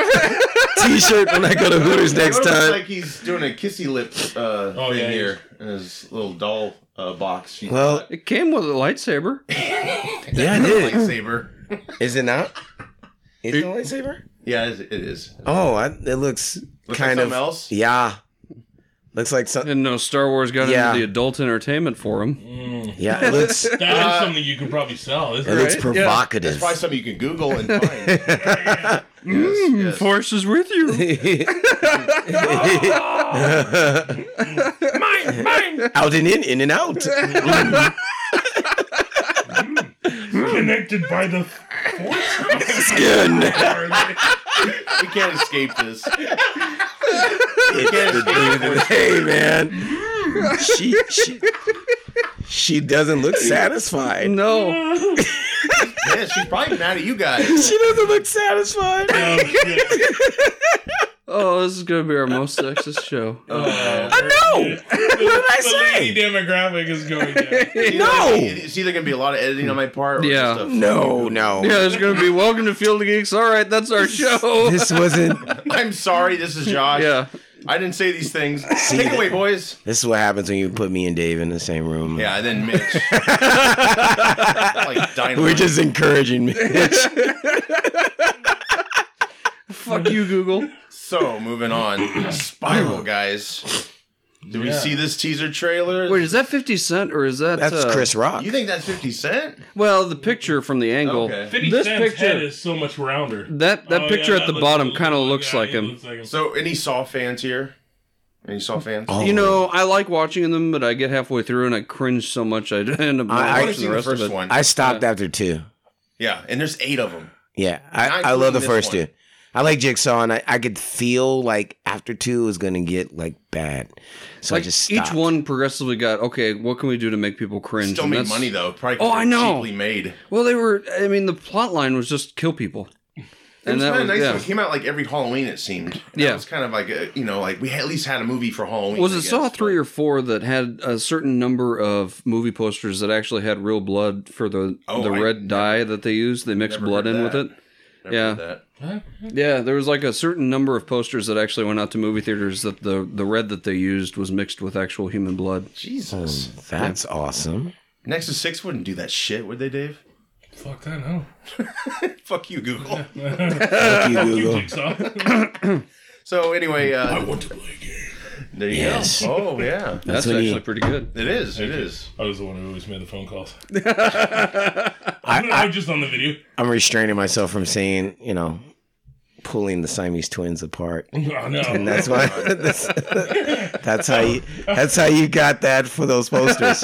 [SPEAKER 4] t-shirt when I go to Hooters
[SPEAKER 1] It
[SPEAKER 4] [LAUGHS] next
[SPEAKER 1] looks
[SPEAKER 4] time.
[SPEAKER 1] like he's doing a kissy lip uh,
[SPEAKER 5] Oh,
[SPEAKER 1] thing
[SPEAKER 5] yeah,
[SPEAKER 1] here in his little doll uh, box. She-
[SPEAKER 4] Well,
[SPEAKER 2] [LAUGHS] It came with a lightsaber.
[SPEAKER 4] yeah, it is.
[SPEAKER 1] lightsaber.
[SPEAKER 4] Is it not? Is it a lightsaber?
[SPEAKER 1] Yeah, it is. It is.
[SPEAKER 4] Oh, I, it looks
[SPEAKER 1] Looks
[SPEAKER 4] kind
[SPEAKER 1] like
[SPEAKER 4] of
[SPEAKER 1] something else.
[SPEAKER 4] yeah. Looks like some
[SPEAKER 2] And no, Star Wars got
[SPEAKER 4] Yeah.
[SPEAKER 2] into the adult entertainment forum.
[SPEAKER 4] yeah.
[SPEAKER 1] [LAUGHS]
[SPEAKER 4] It looks it
[SPEAKER 5] That is something you could probably sell. Isn't it?
[SPEAKER 4] looks
[SPEAKER 2] Right? Yeah.
[SPEAKER 4] provocative.
[SPEAKER 1] It's probably something you can Google
[SPEAKER 4] [LAUGHS]
[SPEAKER 1] and find. Yes, yes.
[SPEAKER 2] Force is with you.
[SPEAKER 1] [LAUGHS]
[SPEAKER 5] Mine, mine.
[SPEAKER 4] out and in, in and out. Uh,
[SPEAKER 5] Connected by the [LAUGHS] force.
[SPEAKER 4] Skin. [LAUGHS]
[SPEAKER 1] We can't escape this.
[SPEAKER 4] It's the dude of the day, man. She she she doesn't look satisfied.
[SPEAKER 2] No,
[SPEAKER 1] Yeah, she's probably mad at you guys.
[SPEAKER 4] She doesn't look satisfied.
[SPEAKER 5] Oh, shit.
[SPEAKER 2] oh, this is gonna be our most sexist show.
[SPEAKER 5] Uh,
[SPEAKER 4] No, what did I
[SPEAKER 5] the lady
[SPEAKER 4] say?
[SPEAKER 5] demographic is going down.
[SPEAKER 2] [LAUGHS]
[SPEAKER 1] It's either
[SPEAKER 4] No.
[SPEAKER 1] gonna be- It's either gonna be a lot of editing on my part. Or
[SPEAKER 2] Yeah.
[SPEAKER 1] Stuff.
[SPEAKER 4] No, no.
[SPEAKER 2] Yeah, there's gonna be welcome to Field of Geeks. All right, that's our show.
[SPEAKER 4] This wasn't.
[SPEAKER 1] [LAUGHS] I'm sorry. This is Josh.
[SPEAKER 2] Yeah,
[SPEAKER 1] I didn't say these things. Take it away, boys.
[SPEAKER 4] This is what happens when you put me and Dave in the same room.
[SPEAKER 1] Yeah, and then Mitch. like dynamite.
[SPEAKER 4] We're just encouraging Mitch.
[SPEAKER 2] fuck you, Google.
[SPEAKER 1] so moving on. Spiral guys. Did we
[SPEAKER 5] Yeah.
[SPEAKER 1] see this teaser trailer?
[SPEAKER 2] Wait, is that Fifty Cent or is that
[SPEAKER 4] That's
[SPEAKER 2] uh,
[SPEAKER 4] Chris Rock.
[SPEAKER 1] you think that's Fifty Cent?
[SPEAKER 2] Well, the picture from the angle.
[SPEAKER 1] Okay.
[SPEAKER 5] 50
[SPEAKER 2] This
[SPEAKER 5] Cent's
[SPEAKER 2] picture-
[SPEAKER 5] head is so much rounder.
[SPEAKER 2] That that
[SPEAKER 5] Oh,
[SPEAKER 2] picture
[SPEAKER 5] yeah,
[SPEAKER 2] at
[SPEAKER 5] that
[SPEAKER 2] the
[SPEAKER 5] looks-
[SPEAKER 2] bottom
[SPEAKER 5] that
[SPEAKER 2] kind of looks
[SPEAKER 5] yeah,
[SPEAKER 2] like
[SPEAKER 5] he
[SPEAKER 2] him.
[SPEAKER 5] looks like him.
[SPEAKER 1] So any Saw fans here? Any Saw fans?
[SPEAKER 4] Oh.
[SPEAKER 2] You know, I like watching them, but I get halfway through and I cringe so much I [LAUGHS] end up not
[SPEAKER 4] I- I-
[SPEAKER 2] watching the
[SPEAKER 1] the
[SPEAKER 2] rest
[SPEAKER 1] first
[SPEAKER 2] of it.
[SPEAKER 1] one.
[SPEAKER 4] Oh. I stopped after two.
[SPEAKER 1] yeah, and there's eight of them.
[SPEAKER 4] Yeah,
[SPEAKER 1] Not
[SPEAKER 4] I, I love
[SPEAKER 1] including
[SPEAKER 4] the
[SPEAKER 1] this
[SPEAKER 4] first
[SPEAKER 1] one.
[SPEAKER 4] two. I like Jigsaw, and I, I could feel like after two was gonna get like bad, so I
[SPEAKER 2] Like
[SPEAKER 4] just
[SPEAKER 2] each
[SPEAKER 4] stopped.
[SPEAKER 2] one progressively got okay. What can we do to make people cringe?
[SPEAKER 1] Still
[SPEAKER 2] And
[SPEAKER 1] made
[SPEAKER 2] that's-
[SPEAKER 1] money though. Probably 'cause
[SPEAKER 2] Oh, I
[SPEAKER 1] they're
[SPEAKER 2] know.
[SPEAKER 1] Cheaply made.
[SPEAKER 2] Well, they were. I mean, the plot line was just kill people,
[SPEAKER 1] It was
[SPEAKER 2] that
[SPEAKER 1] kind of nice.
[SPEAKER 2] yeah.
[SPEAKER 1] It came out like every Halloween. It seemed. And
[SPEAKER 2] Yeah.
[SPEAKER 1] It was kind of like a, you know, like we at least had a movie for Halloween.
[SPEAKER 2] Was
[SPEAKER 1] I
[SPEAKER 2] it
[SPEAKER 1] guess,
[SPEAKER 2] Saw
[SPEAKER 1] but-
[SPEAKER 2] three or four that had a certain number of movie posters that actually had real blood for the
[SPEAKER 1] Oh,
[SPEAKER 2] the
[SPEAKER 1] I
[SPEAKER 2] red dye that they used? They mixed
[SPEAKER 1] never
[SPEAKER 2] blood
[SPEAKER 1] heard
[SPEAKER 2] in with
[SPEAKER 1] that.
[SPEAKER 2] it.
[SPEAKER 1] Never
[SPEAKER 2] yeah.
[SPEAKER 1] did that.
[SPEAKER 2] Yeah, there was like a certain number of posters that actually went out to movie theaters that the the red that they used was mixed with actual human blood.
[SPEAKER 1] Jesus.
[SPEAKER 4] That's awesome.
[SPEAKER 1] Nexus Six wouldn't do that shit, would they, Dave?
[SPEAKER 5] Fuck that, no.
[SPEAKER 1] Fuck you, Google.
[SPEAKER 4] Thank you, Google.
[SPEAKER 5] Jigsaw. [LAUGHS]
[SPEAKER 1] So anyway,
[SPEAKER 3] I
[SPEAKER 1] uh,
[SPEAKER 3] want to play a game.
[SPEAKER 1] there you
[SPEAKER 4] Yes.
[SPEAKER 1] go. Oh yeah,
[SPEAKER 2] That's,
[SPEAKER 4] what
[SPEAKER 2] actually
[SPEAKER 4] he-
[SPEAKER 2] pretty good.
[SPEAKER 1] it is. It is.
[SPEAKER 5] I was the one who always made the
[SPEAKER 2] [LAUGHS]
[SPEAKER 5] phone calls.
[SPEAKER 4] I,
[SPEAKER 5] I'm
[SPEAKER 4] I,
[SPEAKER 5] just on the video.
[SPEAKER 4] I'm restraining myself from saying, you know, pulling the Siamese twins apart. [LAUGHS]
[SPEAKER 5] Oh, [LAUGHS] no.
[SPEAKER 4] And that's why [LAUGHS] that's, that's how you that's how you got that for those posters.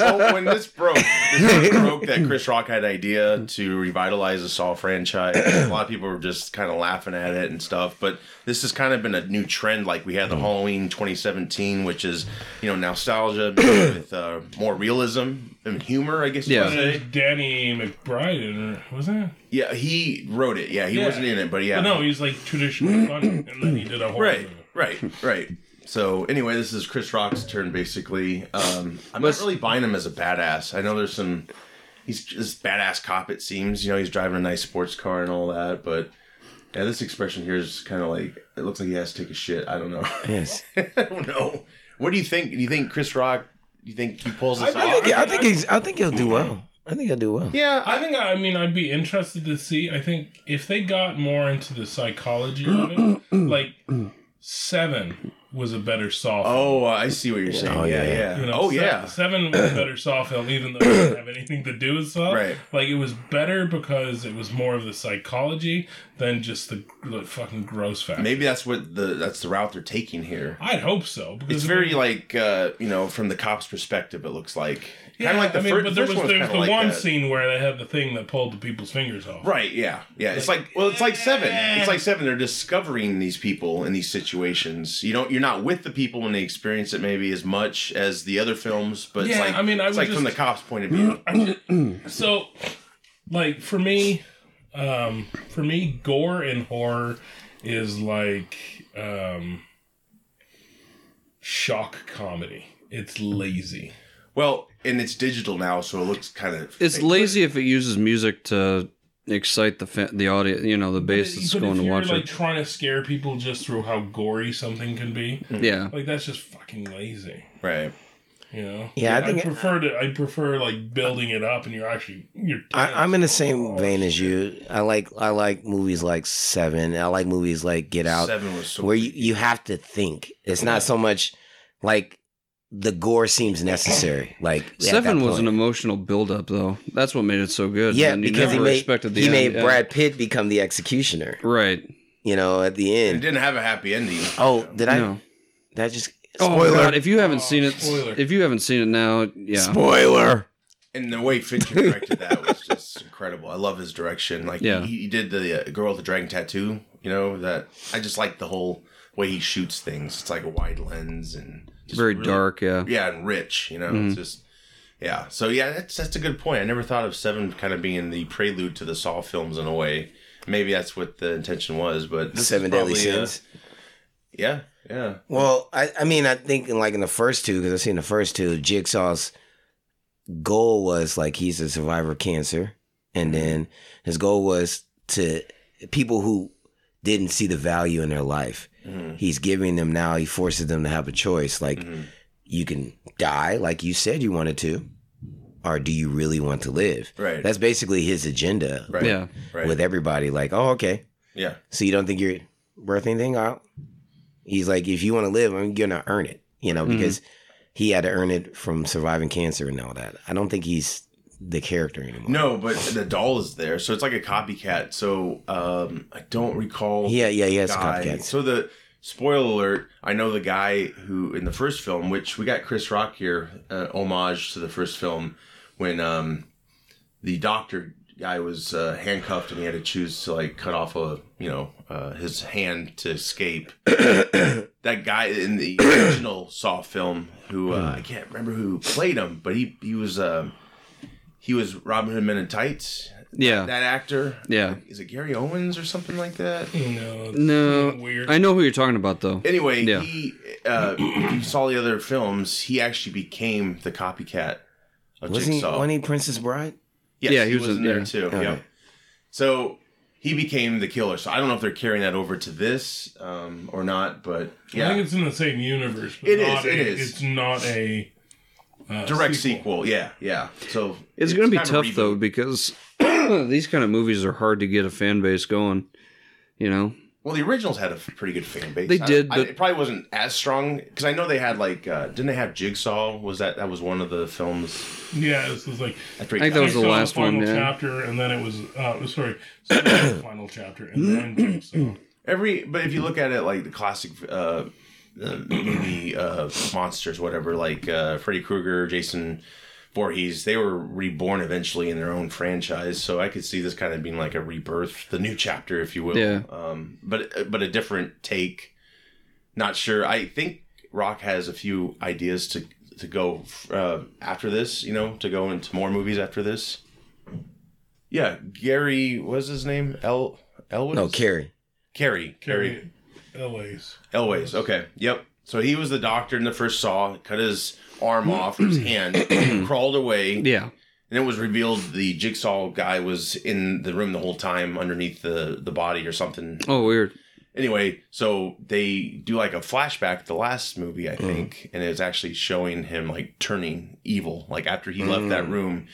[SPEAKER 1] [LAUGHS] Oh, when this broke, this broke that Chris Rock had idea to revitalize the Saw franchise. A lot of people were just kind of laughing at it and stuff. But this has kind of been a new trend. Like we had the Halloween 2017, which is you know nostalgia mixed with uh, more realism and humor. I guess you
[SPEAKER 2] Yeah.
[SPEAKER 1] would say.
[SPEAKER 5] Mm-hmm. Danny McBride, in it, was that?
[SPEAKER 1] Yeah, he wrote it. Yeah, he
[SPEAKER 5] Yeah.
[SPEAKER 1] wasn't in it, but yeah.
[SPEAKER 5] But no, he's like traditionally funny, and then he did a whole
[SPEAKER 1] Right,
[SPEAKER 5] movie.
[SPEAKER 1] right, right. So anyway, this is Chris Rock's turn. Basically, um, I'm not really buying him as a badass. I know there's some. He's this badass cop. It seems you know he's driving a nice sports car and all that, but yeah, this expression here is kind of like it looks like he has to take a shit. I don't know. [LAUGHS]
[SPEAKER 4] Yes.
[SPEAKER 1] I don't know. What do you think? Do you think Chris Rock? Do you think he pulls this
[SPEAKER 5] I
[SPEAKER 4] I
[SPEAKER 1] off?
[SPEAKER 4] think, I think he's I think he'll do well. I think he'll do well.
[SPEAKER 1] Yeah, I,
[SPEAKER 5] I think I mean I'd be interested to see. I think if they got more into the psychology of it,
[SPEAKER 1] [CLEARS THROAT]
[SPEAKER 5] like Seven was a better Saw. film.
[SPEAKER 1] oh, I see what you're saying.
[SPEAKER 4] Oh,
[SPEAKER 1] yeah,
[SPEAKER 4] yeah.
[SPEAKER 1] yeah.
[SPEAKER 5] You know,
[SPEAKER 1] oh
[SPEAKER 5] Se-
[SPEAKER 1] yeah.
[SPEAKER 5] Seven was a better Saw film, even though it didn't have anything to do with Saw.
[SPEAKER 1] Right.
[SPEAKER 5] Like it was better because it was more of the psychology than just the, the fucking gross fact.
[SPEAKER 1] Maybe that's what the that's the route they're taking here.
[SPEAKER 5] I'd hope so. Because
[SPEAKER 1] It's very like uh, you know from the cop's perspective. It looks like kind of like the
[SPEAKER 5] I mean,
[SPEAKER 1] fir- first
[SPEAKER 5] but there was,
[SPEAKER 1] one was
[SPEAKER 5] there's
[SPEAKER 1] kind of
[SPEAKER 5] the
[SPEAKER 1] like
[SPEAKER 5] one
[SPEAKER 1] that.
[SPEAKER 5] scene where they had the thing that pulled the people's fingers off.
[SPEAKER 1] Right? Yeah, yeah. It's like well, it's like seven. It's like seven. They're discovering these people in these situations. You don't. You're not with the people when they experience it maybe as much as the other films. But it's
[SPEAKER 5] Yeah,
[SPEAKER 1] like
[SPEAKER 5] I mean, I
[SPEAKER 1] it's
[SPEAKER 5] would
[SPEAKER 1] like from the
[SPEAKER 5] just- Mm,
[SPEAKER 1] cop's point of view.
[SPEAKER 5] So, like for me, um, for me, gore and horror is like um, shock comedy. It's lazy.
[SPEAKER 1] well, and it's digital now, so it looks kind of
[SPEAKER 2] It's lazy if it uses music to excite the fa- the audience, you know, the base that's
[SPEAKER 5] But
[SPEAKER 2] going
[SPEAKER 5] if
[SPEAKER 2] to
[SPEAKER 5] you're
[SPEAKER 2] watch
[SPEAKER 5] like
[SPEAKER 2] it.
[SPEAKER 5] trying to scare people just through how gory something can be,
[SPEAKER 2] Yeah.
[SPEAKER 5] like that's just fucking lazy.
[SPEAKER 1] right.
[SPEAKER 5] You know?
[SPEAKER 4] Yeah, I think-
[SPEAKER 5] prefer to. I prefer like building it up, and you're actually you're.
[SPEAKER 4] I, I'm in the same vein as you. I like I like movies like Seven. I like movies like Get Out,
[SPEAKER 1] Seven was so
[SPEAKER 4] where you, you have to think. It's not so much like the gore seems necessary. Like at
[SPEAKER 2] Seven
[SPEAKER 4] that
[SPEAKER 2] was an
[SPEAKER 4] point.
[SPEAKER 2] emotional buildup, though. That's what made it so good.
[SPEAKER 4] yeah
[SPEAKER 2] and you
[SPEAKER 4] because he
[SPEAKER 2] never
[SPEAKER 4] made
[SPEAKER 2] expected the
[SPEAKER 4] he
[SPEAKER 2] end.
[SPEAKER 4] made
[SPEAKER 2] Yeah.
[SPEAKER 4] Brad Pitt become the executioner.
[SPEAKER 2] Right.
[SPEAKER 4] You know, at the
[SPEAKER 1] It
[SPEAKER 4] end.
[SPEAKER 1] didn't have a happy ending.
[SPEAKER 4] Oh, did I?
[SPEAKER 2] No.
[SPEAKER 4] Did I just
[SPEAKER 2] Oh
[SPEAKER 4] spoiler?
[SPEAKER 2] God! If you haven't seen it,
[SPEAKER 5] spoiler.
[SPEAKER 2] if you haven't seen it now, yeah,
[SPEAKER 4] spoiler.
[SPEAKER 1] And the way Fincher directed that was just incredible. I love his direction. Like
[SPEAKER 2] Yeah.
[SPEAKER 1] he, he did the uh, girl with the dragon tattoo. You know that I just like the whole way he shoots things. It's like a wide lens and just
[SPEAKER 2] very
[SPEAKER 1] really-
[SPEAKER 2] dark. Yeah.
[SPEAKER 1] Yeah, and rich. You know,
[SPEAKER 4] Mm-hmm.
[SPEAKER 1] it's just yeah. So yeah, that's that's a good point. I never thought of Seven kind of being the prelude to the Saw films in a way. Maybe that's what the intention was, but this is
[SPEAKER 4] Seven Deadly
[SPEAKER 1] probably, uh,
[SPEAKER 4] Sins.
[SPEAKER 1] yeah, yeah.
[SPEAKER 4] Well, I, I mean, I think in like in the first two, because I've seen the first two, Jigsaw's goal was like he's a survivor of cancer. And
[SPEAKER 1] Mm-hmm.
[SPEAKER 4] then his goal was to people who didn't see the value in their life.
[SPEAKER 1] Mm-hmm.
[SPEAKER 4] He's giving them now, he forces them to have a choice. Like, you can die like you said you wanted to, or do you really want to live?
[SPEAKER 1] Right.
[SPEAKER 4] That's basically his agenda
[SPEAKER 1] Right.
[SPEAKER 2] Yeah.
[SPEAKER 1] Right.
[SPEAKER 4] with everybody. Like, oh, okay.
[SPEAKER 1] yeah.
[SPEAKER 4] So you don't think you're worth anything out? He's like, if you want to live, I'm gonna earn it, you know, because he had to earn it from surviving cancer and all that. I don't think he's the character anymore.
[SPEAKER 1] No, but the doll is there, so it's like a copycat. So um, I don't recall.
[SPEAKER 4] Yeah, yeah, he has
[SPEAKER 1] guy.
[SPEAKER 4] copycats.
[SPEAKER 1] So the spoiler alert: I know the guy who in the first film, which we got Chris Rock here, uh, homage to the first film, when um, the doctor guy was uh, handcuffed and he had to choose to like cut off a you know uh, his hand to escape. that guy in the original Saw film, who uh, I can't remember who played him, but he he was. Uh, he was Robin Hood Men in Tights.
[SPEAKER 2] Yeah.
[SPEAKER 1] That actor.
[SPEAKER 2] Yeah.
[SPEAKER 1] Is it Gary Owens or something like that?
[SPEAKER 5] No, it's
[SPEAKER 2] No.
[SPEAKER 5] weird.
[SPEAKER 2] I know who you're talking about though.
[SPEAKER 1] Anyway,
[SPEAKER 2] Yeah.
[SPEAKER 1] he uh, if you saw the other films. He actually became the copycat of
[SPEAKER 4] Was he
[SPEAKER 1] Jigsaw.
[SPEAKER 4] when he Princess Bride?
[SPEAKER 1] Yes,
[SPEAKER 2] Yeah,
[SPEAKER 1] he,
[SPEAKER 2] he
[SPEAKER 1] was,
[SPEAKER 2] was
[SPEAKER 1] in
[SPEAKER 2] in-
[SPEAKER 1] there
[SPEAKER 2] yeah.
[SPEAKER 1] too.
[SPEAKER 4] Okay.
[SPEAKER 1] Yeah. So he became the killer. So I don't know if they're carrying that over to this um, or not, but
[SPEAKER 5] I
[SPEAKER 1] yeah,
[SPEAKER 5] think it's in the same universe. But
[SPEAKER 1] It is,
[SPEAKER 5] not
[SPEAKER 1] it
[SPEAKER 5] a-
[SPEAKER 1] is.
[SPEAKER 5] It's not a uh,
[SPEAKER 1] direct sequel. Yeah, yeah. So
[SPEAKER 2] It's going to be
[SPEAKER 1] kind of a
[SPEAKER 2] tough though
[SPEAKER 1] reboot.
[SPEAKER 2] because [COUGHS] these kind of movies are hard to get a fan base going. You know,
[SPEAKER 1] Well, the originals had a f- pretty good fan base.
[SPEAKER 2] They
[SPEAKER 1] I-
[SPEAKER 2] did,
[SPEAKER 1] I-
[SPEAKER 2] but-
[SPEAKER 1] it probably wasn't as strong because I know they had like uh, didn't they have Jigsaw? Was that that was one of the films?
[SPEAKER 5] Yeah, this was like
[SPEAKER 1] After
[SPEAKER 2] I think that was
[SPEAKER 5] Jigsaw,
[SPEAKER 2] the last
[SPEAKER 5] final
[SPEAKER 2] one.
[SPEAKER 1] [CLEARS THROAT]
[SPEAKER 2] Yeah.
[SPEAKER 5] [CLEARS THROAT] chapter, and then it was uh, sorry, Saw, final chapter, and then Jigsaw.
[SPEAKER 1] every but if you look at it like the classic uh, uh movie uh monsters whatever like uh freddy krueger jason Voorhees, they were reborn eventually in their own franchise, so I could see this kind of being like a rebirth, the new chapter, if you will.
[SPEAKER 2] Yeah.
[SPEAKER 1] Um, but but a different take. Not sure. I think Rock has a few ideas to to go uh, after this. You know, to go into more movies after this. Yeah, Gary, what's his name? El Elwood.
[SPEAKER 4] No, Carrie.
[SPEAKER 1] Carrie. Carrie.
[SPEAKER 5] Carrie Elways.
[SPEAKER 1] Elways. Okay. Yep. So he was the doctor in the first Saw. Cut his arm off, his hand, [CLEARS THROAT] crawled away.
[SPEAKER 2] Yeah.
[SPEAKER 1] And it was revealed the jigsaw guy was in the room the whole time underneath the, the body or something.
[SPEAKER 2] Oh, weird.
[SPEAKER 1] Anyway, so they do like a flashback to the last movie, I think, and it's actually showing him like turning evil. Like after he left that room,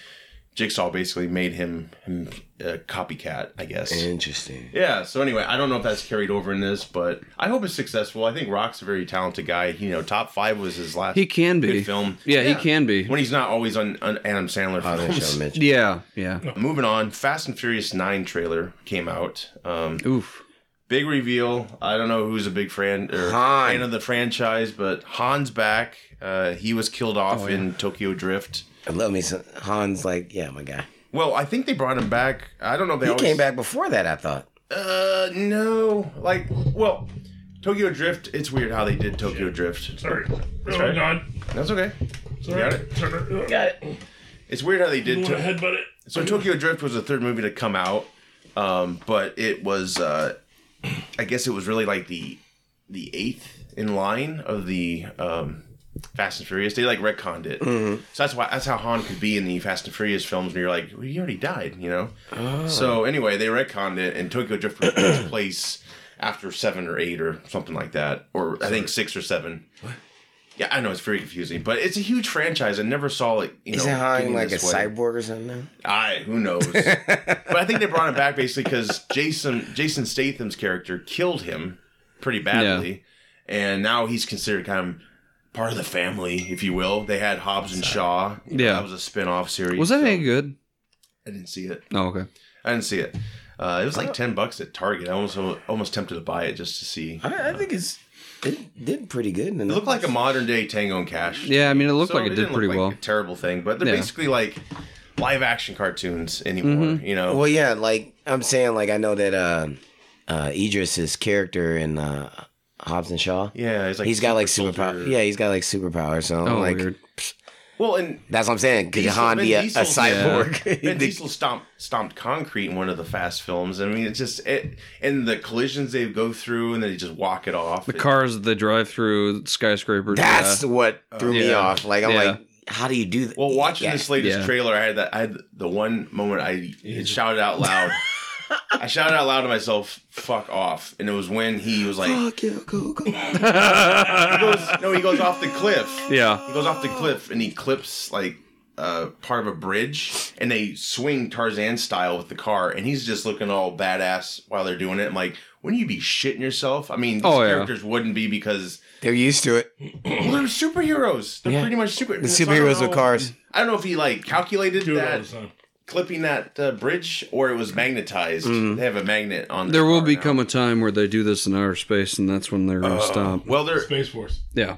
[SPEAKER 1] Jigsaw basically made him, him a copycat, I guess.
[SPEAKER 4] Interesting.
[SPEAKER 1] Yeah. So anyway, I don't know if that's carried over in this, but I hope it's successful. I think Rock's a very talented guy. You know, top five was his last.
[SPEAKER 2] He can be.
[SPEAKER 1] good film.
[SPEAKER 2] Yeah, he can be.
[SPEAKER 1] when he's not always on, on Adam Sandler
[SPEAKER 4] I don't
[SPEAKER 1] films.
[SPEAKER 4] mention.
[SPEAKER 2] Yeah, yeah.
[SPEAKER 1] [LAUGHS] Moving on, Fast and Furious Nine trailer came out. Um,
[SPEAKER 2] Oof.
[SPEAKER 1] big reveal. I don't know who's a big fan or
[SPEAKER 4] Han.
[SPEAKER 1] fan of the franchise, but Han's back. Uh, he was killed
[SPEAKER 4] Oh,
[SPEAKER 1] off in Tokyo Drift.
[SPEAKER 4] I love me some Hans. Like, yeah, my guy.
[SPEAKER 1] Well, I think they brought him back. I don't know. If they
[SPEAKER 4] He
[SPEAKER 1] always,
[SPEAKER 4] came back before that. I thought.
[SPEAKER 1] Uh, no. Like, well, Tokyo Drift. It's weird how they did Tokyo Drift.
[SPEAKER 5] Sorry. That's
[SPEAKER 1] right.
[SPEAKER 5] God.
[SPEAKER 1] That's okay.
[SPEAKER 5] Sorry.
[SPEAKER 1] Got it.
[SPEAKER 5] Sorry.
[SPEAKER 4] it.
[SPEAKER 1] It's weird how they
[SPEAKER 5] You
[SPEAKER 1] did.
[SPEAKER 5] want to
[SPEAKER 1] To-
[SPEAKER 5] headbutt it?
[SPEAKER 1] So Tokyo Drift was the third movie to come out, um, but it was, uh, I guess, it was really like the the eighth in line of the um, Fast and Furious. They like retconned it,
[SPEAKER 4] Mm-hmm.
[SPEAKER 1] so that's why that's how Han could be in the Fast and Furious films. And you're like, well, he already died, you know.
[SPEAKER 4] Oh.
[SPEAKER 1] So anyway, they retconned it, and Tokyo Drift was- took place after seven or eight or something like that, or I think six or seven. Yeah, I know it's very confusing, but it's a huge franchise. I never saw it. You
[SPEAKER 4] Isn't
[SPEAKER 1] know,
[SPEAKER 4] Han
[SPEAKER 1] getting
[SPEAKER 4] like a
[SPEAKER 1] this way.
[SPEAKER 4] cyborg or something?
[SPEAKER 1] I who
[SPEAKER 4] [LAUGHS]
[SPEAKER 1] knows, but I think they brought him back basically because Jason Jason Statham's character killed him pretty badly, and now he's considered kind of part of the family, if you will. They had Hobbs and Shaw. you know,
[SPEAKER 2] Yeah.
[SPEAKER 1] that was a spin-off series.
[SPEAKER 2] Was that
[SPEAKER 1] so-
[SPEAKER 2] any good?
[SPEAKER 1] I didn't see it.
[SPEAKER 2] Oh, okay.
[SPEAKER 1] I didn't see it. Uh, it was like ten bucks at Target. I almost almost tempted to buy it just to see. It
[SPEAKER 4] I, I think it's it did pretty good. It
[SPEAKER 1] looked like a modern day Tango and Cash.
[SPEAKER 2] Yeah, I mean, it looked
[SPEAKER 1] So
[SPEAKER 2] like it, did
[SPEAKER 1] didn't look
[SPEAKER 2] pretty
[SPEAKER 1] like
[SPEAKER 2] well.
[SPEAKER 1] A terrible thing, but they're
[SPEAKER 2] Yeah.
[SPEAKER 1] basically like live action cartoons anymore.
[SPEAKER 2] Mm-hmm.
[SPEAKER 1] You know.
[SPEAKER 4] Well, yeah, like I'm saying, like I know that uh, uh, Idris's character in uh, Hobbs and Shaw,
[SPEAKER 1] yeah, it's like
[SPEAKER 4] he's got like
[SPEAKER 1] super
[SPEAKER 4] superpower.
[SPEAKER 1] soldier.
[SPEAKER 4] Yeah, he's got like superpower. So
[SPEAKER 2] Oh,
[SPEAKER 4] like
[SPEAKER 2] weird.
[SPEAKER 1] Well, and
[SPEAKER 4] that's what I'm saying. Could
[SPEAKER 1] Diesel-
[SPEAKER 4] Han
[SPEAKER 1] Vin
[SPEAKER 4] be uh, a, a
[SPEAKER 1] Diesel's- [LAUGHS]
[SPEAKER 4] cyborg? [LAUGHS]
[SPEAKER 1] Vin Diesel stomped stomped concrete in one of the Fast films. I mean, it's just it, and the collisions they go through, and then they just walk it off.
[SPEAKER 2] The cars that they drive through skyscrapers.
[SPEAKER 4] That's
[SPEAKER 2] yeah.
[SPEAKER 4] what threw me
[SPEAKER 2] Yeah.
[SPEAKER 4] off. Like I'm
[SPEAKER 2] Yeah.
[SPEAKER 4] like, how do you do that?
[SPEAKER 1] well, watching this latest
[SPEAKER 2] Yeah.
[SPEAKER 1] trailer, I had that. I had the one moment I shouted out
[SPEAKER 2] [LAUGHS]
[SPEAKER 1] loud. I shouted out loud to myself, "Fuck off!" And it was when he was like,
[SPEAKER 4] Fuck yeah, go go.
[SPEAKER 1] [LAUGHS] he goes, "No, he goes off the cliff."
[SPEAKER 2] yeah.
[SPEAKER 1] He goes off the cliff and he clips like uh, part of a bridge, and they swing Tarzan style with the car, and he's just looking all badass while they're doing it. I'm like, wouldn't you be shitting yourself? I mean, these
[SPEAKER 2] Oh, yeah.
[SPEAKER 1] characters wouldn't be because
[SPEAKER 4] They're used to it.
[SPEAKER 1] well, they're superheroes. They're
[SPEAKER 4] Yeah.
[SPEAKER 1] pretty much super
[SPEAKER 4] The superheroes with cars.
[SPEAKER 1] I don't know if he like calculated
[SPEAKER 5] Do it all
[SPEAKER 1] that
[SPEAKER 5] the time.
[SPEAKER 1] clipping that uh, bridge or it was magnetized.
[SPEAKER 4] Mm-hmm.
[SPEAKER 1] They have a magnet on.
[SPEAKER 2] There
[SPEAKER 1] their
[SPEAKER 2] will
[SPEAKER 1] car
[SPEAKER 2] become
[SPEAKER 1] now.
[SPEAKER 2] a time where they do this in outer space, and that's when they're going to stop.
[SPEAKER 1] well, they're
[SPEAKER 5] Space Force.
[SPEAKER 4] [LAUGHS]
[SPEAKER 2] Yeah.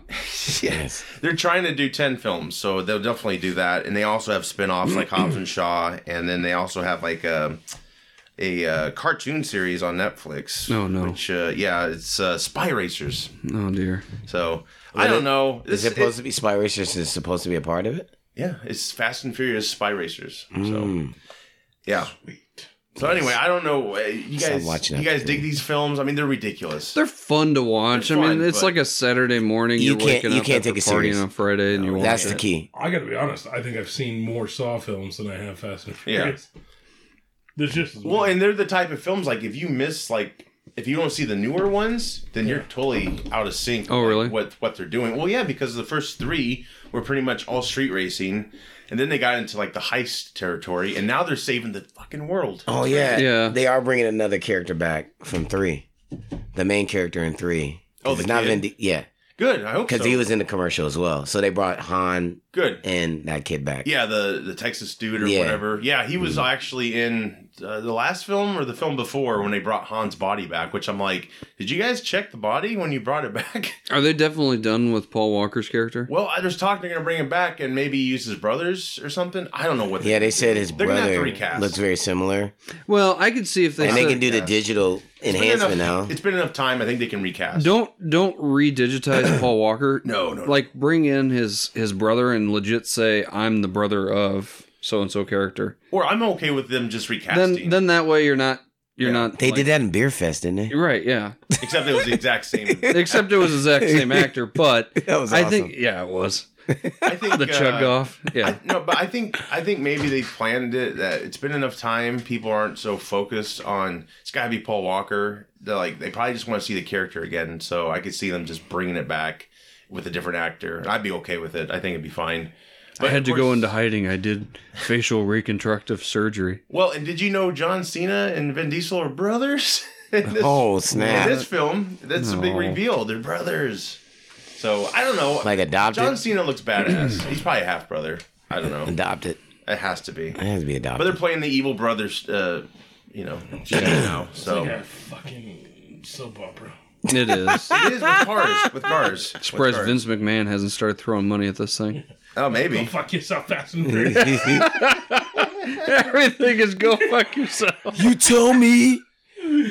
[SPEAKER 1] yes. They're trying to do 10 films, so they'll definitely do that. And they also have spin-offs like Hobbs and Shaw, and then they also have like a a uh, cartoon series on Netflix.
[SPEAKER 2] Oh, no.
[SPEAKER 1] Which uh, yeah, it's uh, Spy Racers.
[SPEAKER 2] Oh, dear.
[SPEAKER 1] So I don't know.
[SPEAKER 4] Is it supposed to be Spy Racers? Is supposed to be Hmm. a part of it?
[SPEAKER 1] yeah, it's Fast and Furious Spy Racers. So yeah. So anyway, I don't know. uh, You
[SPEAKER 4] Stop
[SPEAKER 1] guys,
[SPEAKER 4] watching
[SPEAKER 1] you
[SPEAKER 4] that
[SPEAKER 1] guys dig these films? I mean, they're ridiculous.
[SPEAKER 2] They're fun to watch.
[SPEAKER 1] They're
[SPEAKER 2] I mean,
[SPEAKER 1] fun,
[SPEAKER 2] it's
[SPEAKER 1] but-
[SPEAKER 2] like a Saturday morning.
[SPEAKER 4] You
[SPEAKER 2] You're
[SPEAKER 4] can't-
[SPEAKER 2] waking
[SPEAKER 4] you
[SPEAKER 2] up
[SPEAKER 4] can't
[SPEAKER 2] after
[SPEAKER 4] take it
[SPEAKER 2] partying
[SPEAKER 4] serious.
[SPEAKER 2] on Friday, and you watch
[SPEAKER 4] That's
[SPEAKER 2] it.
[SPEAKER 4] the key.
[SPEAKER 5] I gotta be honest. I think I've seen more Saw films than I have Fast and Furious. There's just as
[SPEAKER 1] Well,
[SPEAKER 5] many.
[SPEAKER 1] and they're the type of films like if you miss like if you don't see the newer ones, then you're totally out of sync.
[SPEAKER 2] Oh,
[SPEAKER 1] with,
[SPEAKER 2] really?
[SPEAKER 1] Like, what what they're doing? Well, yeah, because the first three were pretty much all street racing, and then they got into like the heist territory, and now they're saving the fucking world.
[SPEAKER 4] Oh yeah,
[SPEAKER 2] Yeah.
[SPEAKER 4] They are bringing another character back from three, the main character in three.
[SPEAKER 1] Oh,
[SPEAKER 4] It's
[SPEAKER 1] the
[SPEAKER 4] not
[SPEAKER 1] kid?
[SPEAKER 4] Vin. Di- yeah,
[SPEAKER 1] Good. I hope
[SPEAKER 4] because
[SPEAKER 1] so.
[SPEAKER 4] he was in the commercial as well. So they brought Han
[SPEAKER 1] good.
[SPEAKER 4] and that kid back.
[SPEAKER 1] Yeah, the the Texas dude or
[SPEAKER 4] Yeah. Mm-hmm.
[SPEAKER 1] whatever. Yeah, he was actually in uh, the last film or the film before when they brought Han's body back. Which I'm like, did you guys check the body when you brought it back?
[SPEAKER 2] Are they definitely done with Paul Walker's character?
[SPEAKER 1] well, I was talking they're gonna bring him back and maybe use his brothers or something. I don't know what.
[SPEAKER 4] Yeah, they said his
[SPEAKER 1] They're gonna have to
[SPEAKER 4] brother
[SPEAKER 1] recast.
[SPEAKER 4] looks very similar,
[SPEAKER 2] Well, I could see if they
[SPEAKER 4] and they
[SPEAKER 2] said-
[SPEAKER 4] can do the digital
[SPEAKER 1] It's been
[SPEAKER 4] enhancement
[SPEAKER 1] enough-
[SPEAKER 4] now.
[SPEAKER 1] It's been enough time. I think they can recast.
[SPEAKER 2] [COUGHS] don't don't re-digitize Paul Walker.
[SPEAKER 1] [CLEARS THROAT] No, no, no.
[SPEAKER 2] Like bring in his his brother and legit say I'm the brother of so and so character.
[SPEAKER 1] Or I'm okay with them just recasting.
[SPEAKER 2] Then then that way you're not you're
[SPEAKER 1] Yeah.
[SPEAKER 2] not
[SPEAKER 4] They
[SPEAKER 2] like-
[SPEAKER 4] did that in Beer Fest, didn't they?
[SPEAKER 2] You're Right,
[SPEAKER 4] [LAUGHS]
[SPEAKER 2] yeah.
[SPEAKER 1] Except it was the exact
[SPEAKER 2] [LAUGHS]
[SPEAKER 1] same.
[SPEAKER 2] Except it was the exact same actor, but
[SPEAKER 4] That was
[SPEAKER 2] I think yeah, it was.
[SPEAKER 1] I think
[SPEAKER 2] The chug
[SPEAKER 1] uh,
[SPEAKER 2] off. Yeah.
[SPEAKER 1] I, no, but I think I think maybe they planned it that it's been enough time. People aren't so focused on it's got to be Paul Walker. They're like they probably just want to see the character again. So I could see them just bringing it back with a different actor. I'd be okay with it. I think it'd be fine.
[SPEAKER 2] I had
[SPEAKER 1] of
[SPEAKER 2] to go
[SPEAKER 1] course-
[SPEAKER 2] into hiding. I did facial reconstructive surgery.
[SPEAKER 1] Well, and did you know John Cena and Vin Diesel are brothers? [LAUGHS] In this,
[SPEAKER 4] Oh
[SPEAKER 1] in
[SPEAKER 4] snap!
[SPEAKER 1] this film, that's a big
[SPEAKER 2] No.
[SPEAKER 1] reveal. They're brothers. So I don't know.
[SPEAKER 4] Like adopted,
[SPEAKER 1] John Cena looks badass. He's probably a half brother. I don't know.
[SPEAKER 4] adopted.
[SPEAKER 1] It has to be.
[SPEAKER 4] It has to be
[SPEAKER 1] But they're
[SPEAKER 4] adopted.
[SPEAKER 1] playing the evil brothers, uh, you know, genre
[SPEAKER 4] [CLEARS THROAT]
[SPEAKER 1] now. So
[SPEAKER 5] Yeah, fucking soap opera.
[SPEAKER 2] It [LAUGHS] is.
[SPEAKER 1] it is with cars. With cars. with
[SPEAKER 2] Surprised
[SPEAKER 1] cars.
[SPEAKER 2] Vince McMahon hasn't started throwing money at this thing.
[SPEAKER 1] Oh, maybe.
[SPEAKER 5] Fuck yourself, Fast
[SPEAKER 1] [LAUGHS]
[SPEAKER 5] and Furious.
[SPEAKER 2] [LAUGHS] Everything is go fuck yourself.
[SPEAKER 4] you tell me,